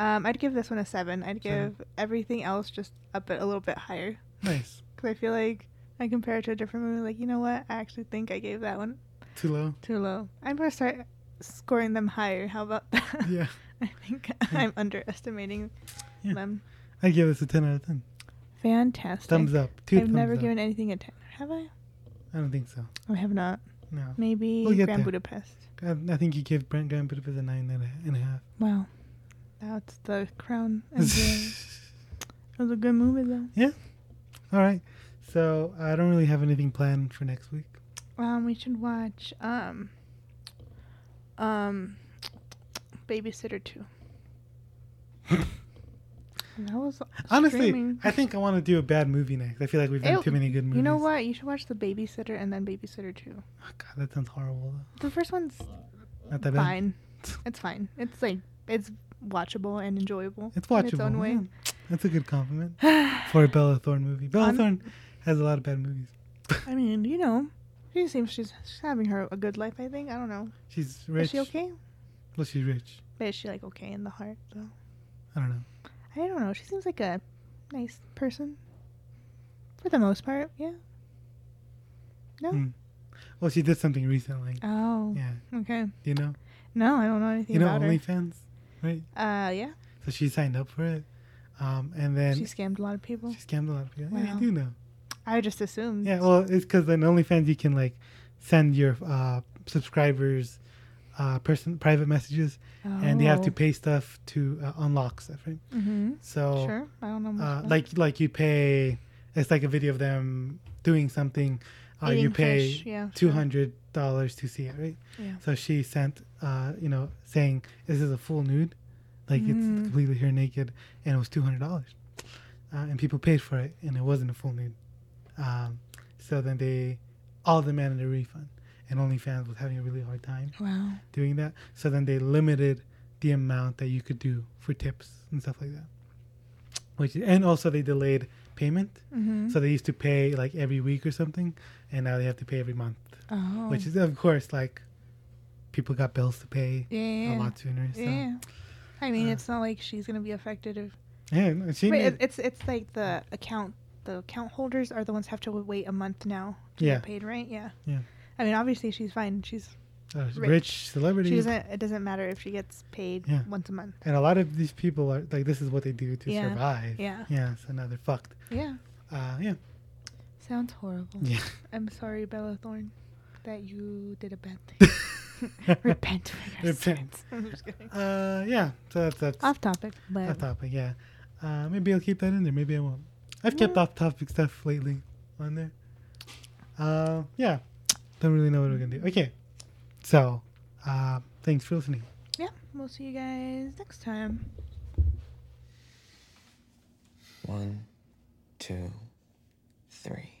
[SPEAKER 2] Um, I'd give this one a seven. I'd
[SPEAKER 1] Seven.
[SPEAKER 2] give everything else just up it a little bit higher
[SPEAKER 1] Nice.
[SPEAKER 2] because I feel like I compare it to a different movie. Like you know what? I actually think I gave that one
[SPEAKER 1] Too low.
[SPEAKER 2] too low. I'm gonna start scoring them higher. How about (laughs) that?
[SPEAKER 1] Yeah.
[SPEAKER 2] I think (laughs) I'm underestimating
[SPEAKER 1] Yeah.
[SPEAKER 2] them.
[SPEAKER 1] I give this a ten out of ten.
[SPEAKER 2] Fantastic.
[SPEAKER 1] Thumbs up. 2
[SPEAKER 2] I've
[SPEAKER 1] thumbs
[SPEAKER 2] never
[SPEAKER 1] up.
[SPEAKER 2] given anything a 10. Have I?
[SPEAKER 1] I don't think so.
[SPEAKER 2] I have not.
[SPEAKER 1] No.
[SPEAKER 2] Maybe
[SPEAKER 1] We'll get
[SPEAKER 2] Grand
[SPEAKER 1] there.
[SPEAKER 2] Budapest.
[SPEAKER 1] I, I think you gave Brent Grand Budapest a nine and a- and a half.
[SPEAKER 2] Wow. That's the
[SPEAKER 1] (laughs)
[SPEAKER 2] crown. and jewel. it was a good movie, though.
[SPEAKER 1] All right. So I don't really have anything planned for next week.
[SPEAKER 2] Um, we should watch um, um,
[SPEAKER 1] (laughs)
[SPEAKER 2] Babysitter 2. And that was
[SPEAKER 1] Honestly,
[SPEAKER 2] streaming.
[SPEAKER 1] I think I want to do a bad movie next. I feel like we've done
[SPEAKER 2] Ew,
[SPEAKER 1] too many good movies.
[SPEAKER 2] You know what? You should watch The Babysitter and then Babysitter 2.
[SPEAKER 1] Oh, God, that sounds horrible. Though.
[SPEAKER 2] The first one's
[SPEAKER 1] Not that bad.
[SPEAKER 2] fine.
[SPEAKER 1] (laughs)
[SPEAKER 2] It's fine. It's like it's watchable and enjoyable.
[SPEAKER 1] It's
[SPEAKER 2] in
[SPEAKER 1] watchable.
[SPEAKER 2] its own way.
[SPEAKER 1] yeah. That's a good
[SPEAKER 2] (sighs)
[SPEAKER 1] compliment for a Bella Thorne movie. Bella
[SPEAKER 2] I'm-
[SPEAKER 1] Thorne has a lot of bad movies.
[SPEAKER 2] I mean, you know, she seems she's, she's having her a good life. I think. I don't know.
[SPEAKER 1] She's rich.
[SPEAKER 2] Is she okay?
[SPEAKER 1] Well, she's rich.
[SPEAKER 2] But is she like okay in the heart though?
[SPEAKER 1] I don't know.
[SPEAKER 2] I don't know. She seems like a nice person for the most part. Yeah. No.
[SPEAKER 1] Hmm. Well, she did something recently.
[SPEAKER 2] Oh.
[SPEAKER 1] Yeah.
[SPEAKER 2] Okay.
[SPEAKER 1] Do you know?
[SPEAKER 2] No, I don't know anything
[SPEAKER 1] You know
[SPEAKER 2] about
[SPEAKER 1] OnlyFans? Right?
[SPEAKER 2] her. Uh, yeah.
[SPEAKER 1] So she signed up for it. Um, and then
[SPEAKER 2] she
[SPEAKER 1] she,
[SPEAKER 2] scammed a lot of people.
[SPEAKER 1] scammed a lot of people. Yeah,
[SPEAKER 2] Wow.
[SPEAKER 1] I do know.
[SPEAKER 2] I just assumed.
[SPEAKER 1] Yeah, well, it's because on OnlyFans you can like send your uh, subscribers uh, person private messages, and they have to
[SPEAKER 2] Oh.
[SPEAKER 1] pay stuff to uh, unlock stuff, right?
[SPEAKER 2] Mhm.
[SPEAKER 1] So,
[SPEAKER 2] Sure. I don't know. much
[SPEAKER 1] uh,
[SPEAKER 2] about-
[SPEAKER 1] like like you pay, it's like a video of them doing something. Uh, you
[SPEAKER 2] Eating
[SPEAKER 1] pay
[SPEAKER 2] fish, yeah, sure.
[SPEAKER 1] two hundred dollars to see it, right?
[SPEAKER 2] Yeah.
[SPEAKER 1] So she sent, uh, you know, saying this is a full nude, like it's
[SPEAKER 2] Mm.
[SPEAKER 1] completely her naked, and it was two hundred dollars, uh, and people paid for it, and it wasn't a full nude. Um, so then they all demanded a refund, and OnlyFans was having a really hard time
[SPEAKER 2] Wow.
[SPEAKER 1] doing that. So then they limited the amount that you could do for tips and stuff like that. Which and also they delayed payment,
[SPEAKER 2] Mm-hmm.
[SPEAKER 1] so they used to pay like every week or something, and now they have to pay every month.
[SPEAKER 2] Oh.
[SPEAKER 1] Which is of course like people got bills to pay a
[SPEAKER 2] yeah.
[SPEAKER 1] lot sooner. So Uh. yeah,
[SPEAKER 2] Yeah. I mean, it's not like she's gonna be affected if.
[SPEAKER 1] no, she
[SPEAKER 2] Wait,
[SPEAKER 1] made,
[SPEAKER 2] it- it's it's like the account the account holders are the ones who have to wait a month now to
[SPEAKER 1] Yeah.
[SPEAKER 2] get paid, right? Yeah.
[SPEAKER 1] Yeah.
[SPEAKER 2] I mean, obviously she's fine. She's
[SPEAKER 1] a
[SPEAKER 2] uh, rich.
[SPEAKER 1] uh, rich celebrity.
[SPEAKER 2] she doesn't. It doesn't matter if she gets paid
[SPEAKER 1] Yeah.
[SPEAKER 2] once a month.
[SPEAKER 1] And a lot of these people are like, this is what they do to
[SPEAKER 2] Yeah.
[SPEAKER 1] survive.
[SPEAKER 2] Yeah.
[SPEAKER 1] Yeah. So now they're fucked.
[SPEAKER 2] Yeah.
[SPEAKER 1] Uh, yeah.
[SPEAKER 2] Sounds horrible.
[SPEAKER 1] Yeah.
[SPEAKER 2] (laughs) I'm sorry, Bella Thorne, that you did a bad thing.
[SPEAKER 1] (laughs)
[SPEAKER 2] Repent for your
[SPEAKER 1] Repent.
[SPEAKER 2] sins. I'm just kidding.
[SPEAKER 1] Uh, yeah. So that's that's
[SPEAKER 2] Off topic, but
[SPEAKER 1] off topic. Yeah. Uh, maybe I'll keep that in there. Maybe I won't. I've kept off topic stuff lately on there. Uh, yeah. Don't really know what we're gonna do. Okay. So, uh, thanks for listening.
[SPEAKER 2] yeah, we'll see you guys next time.
[SPEAKER 4] One, two, three.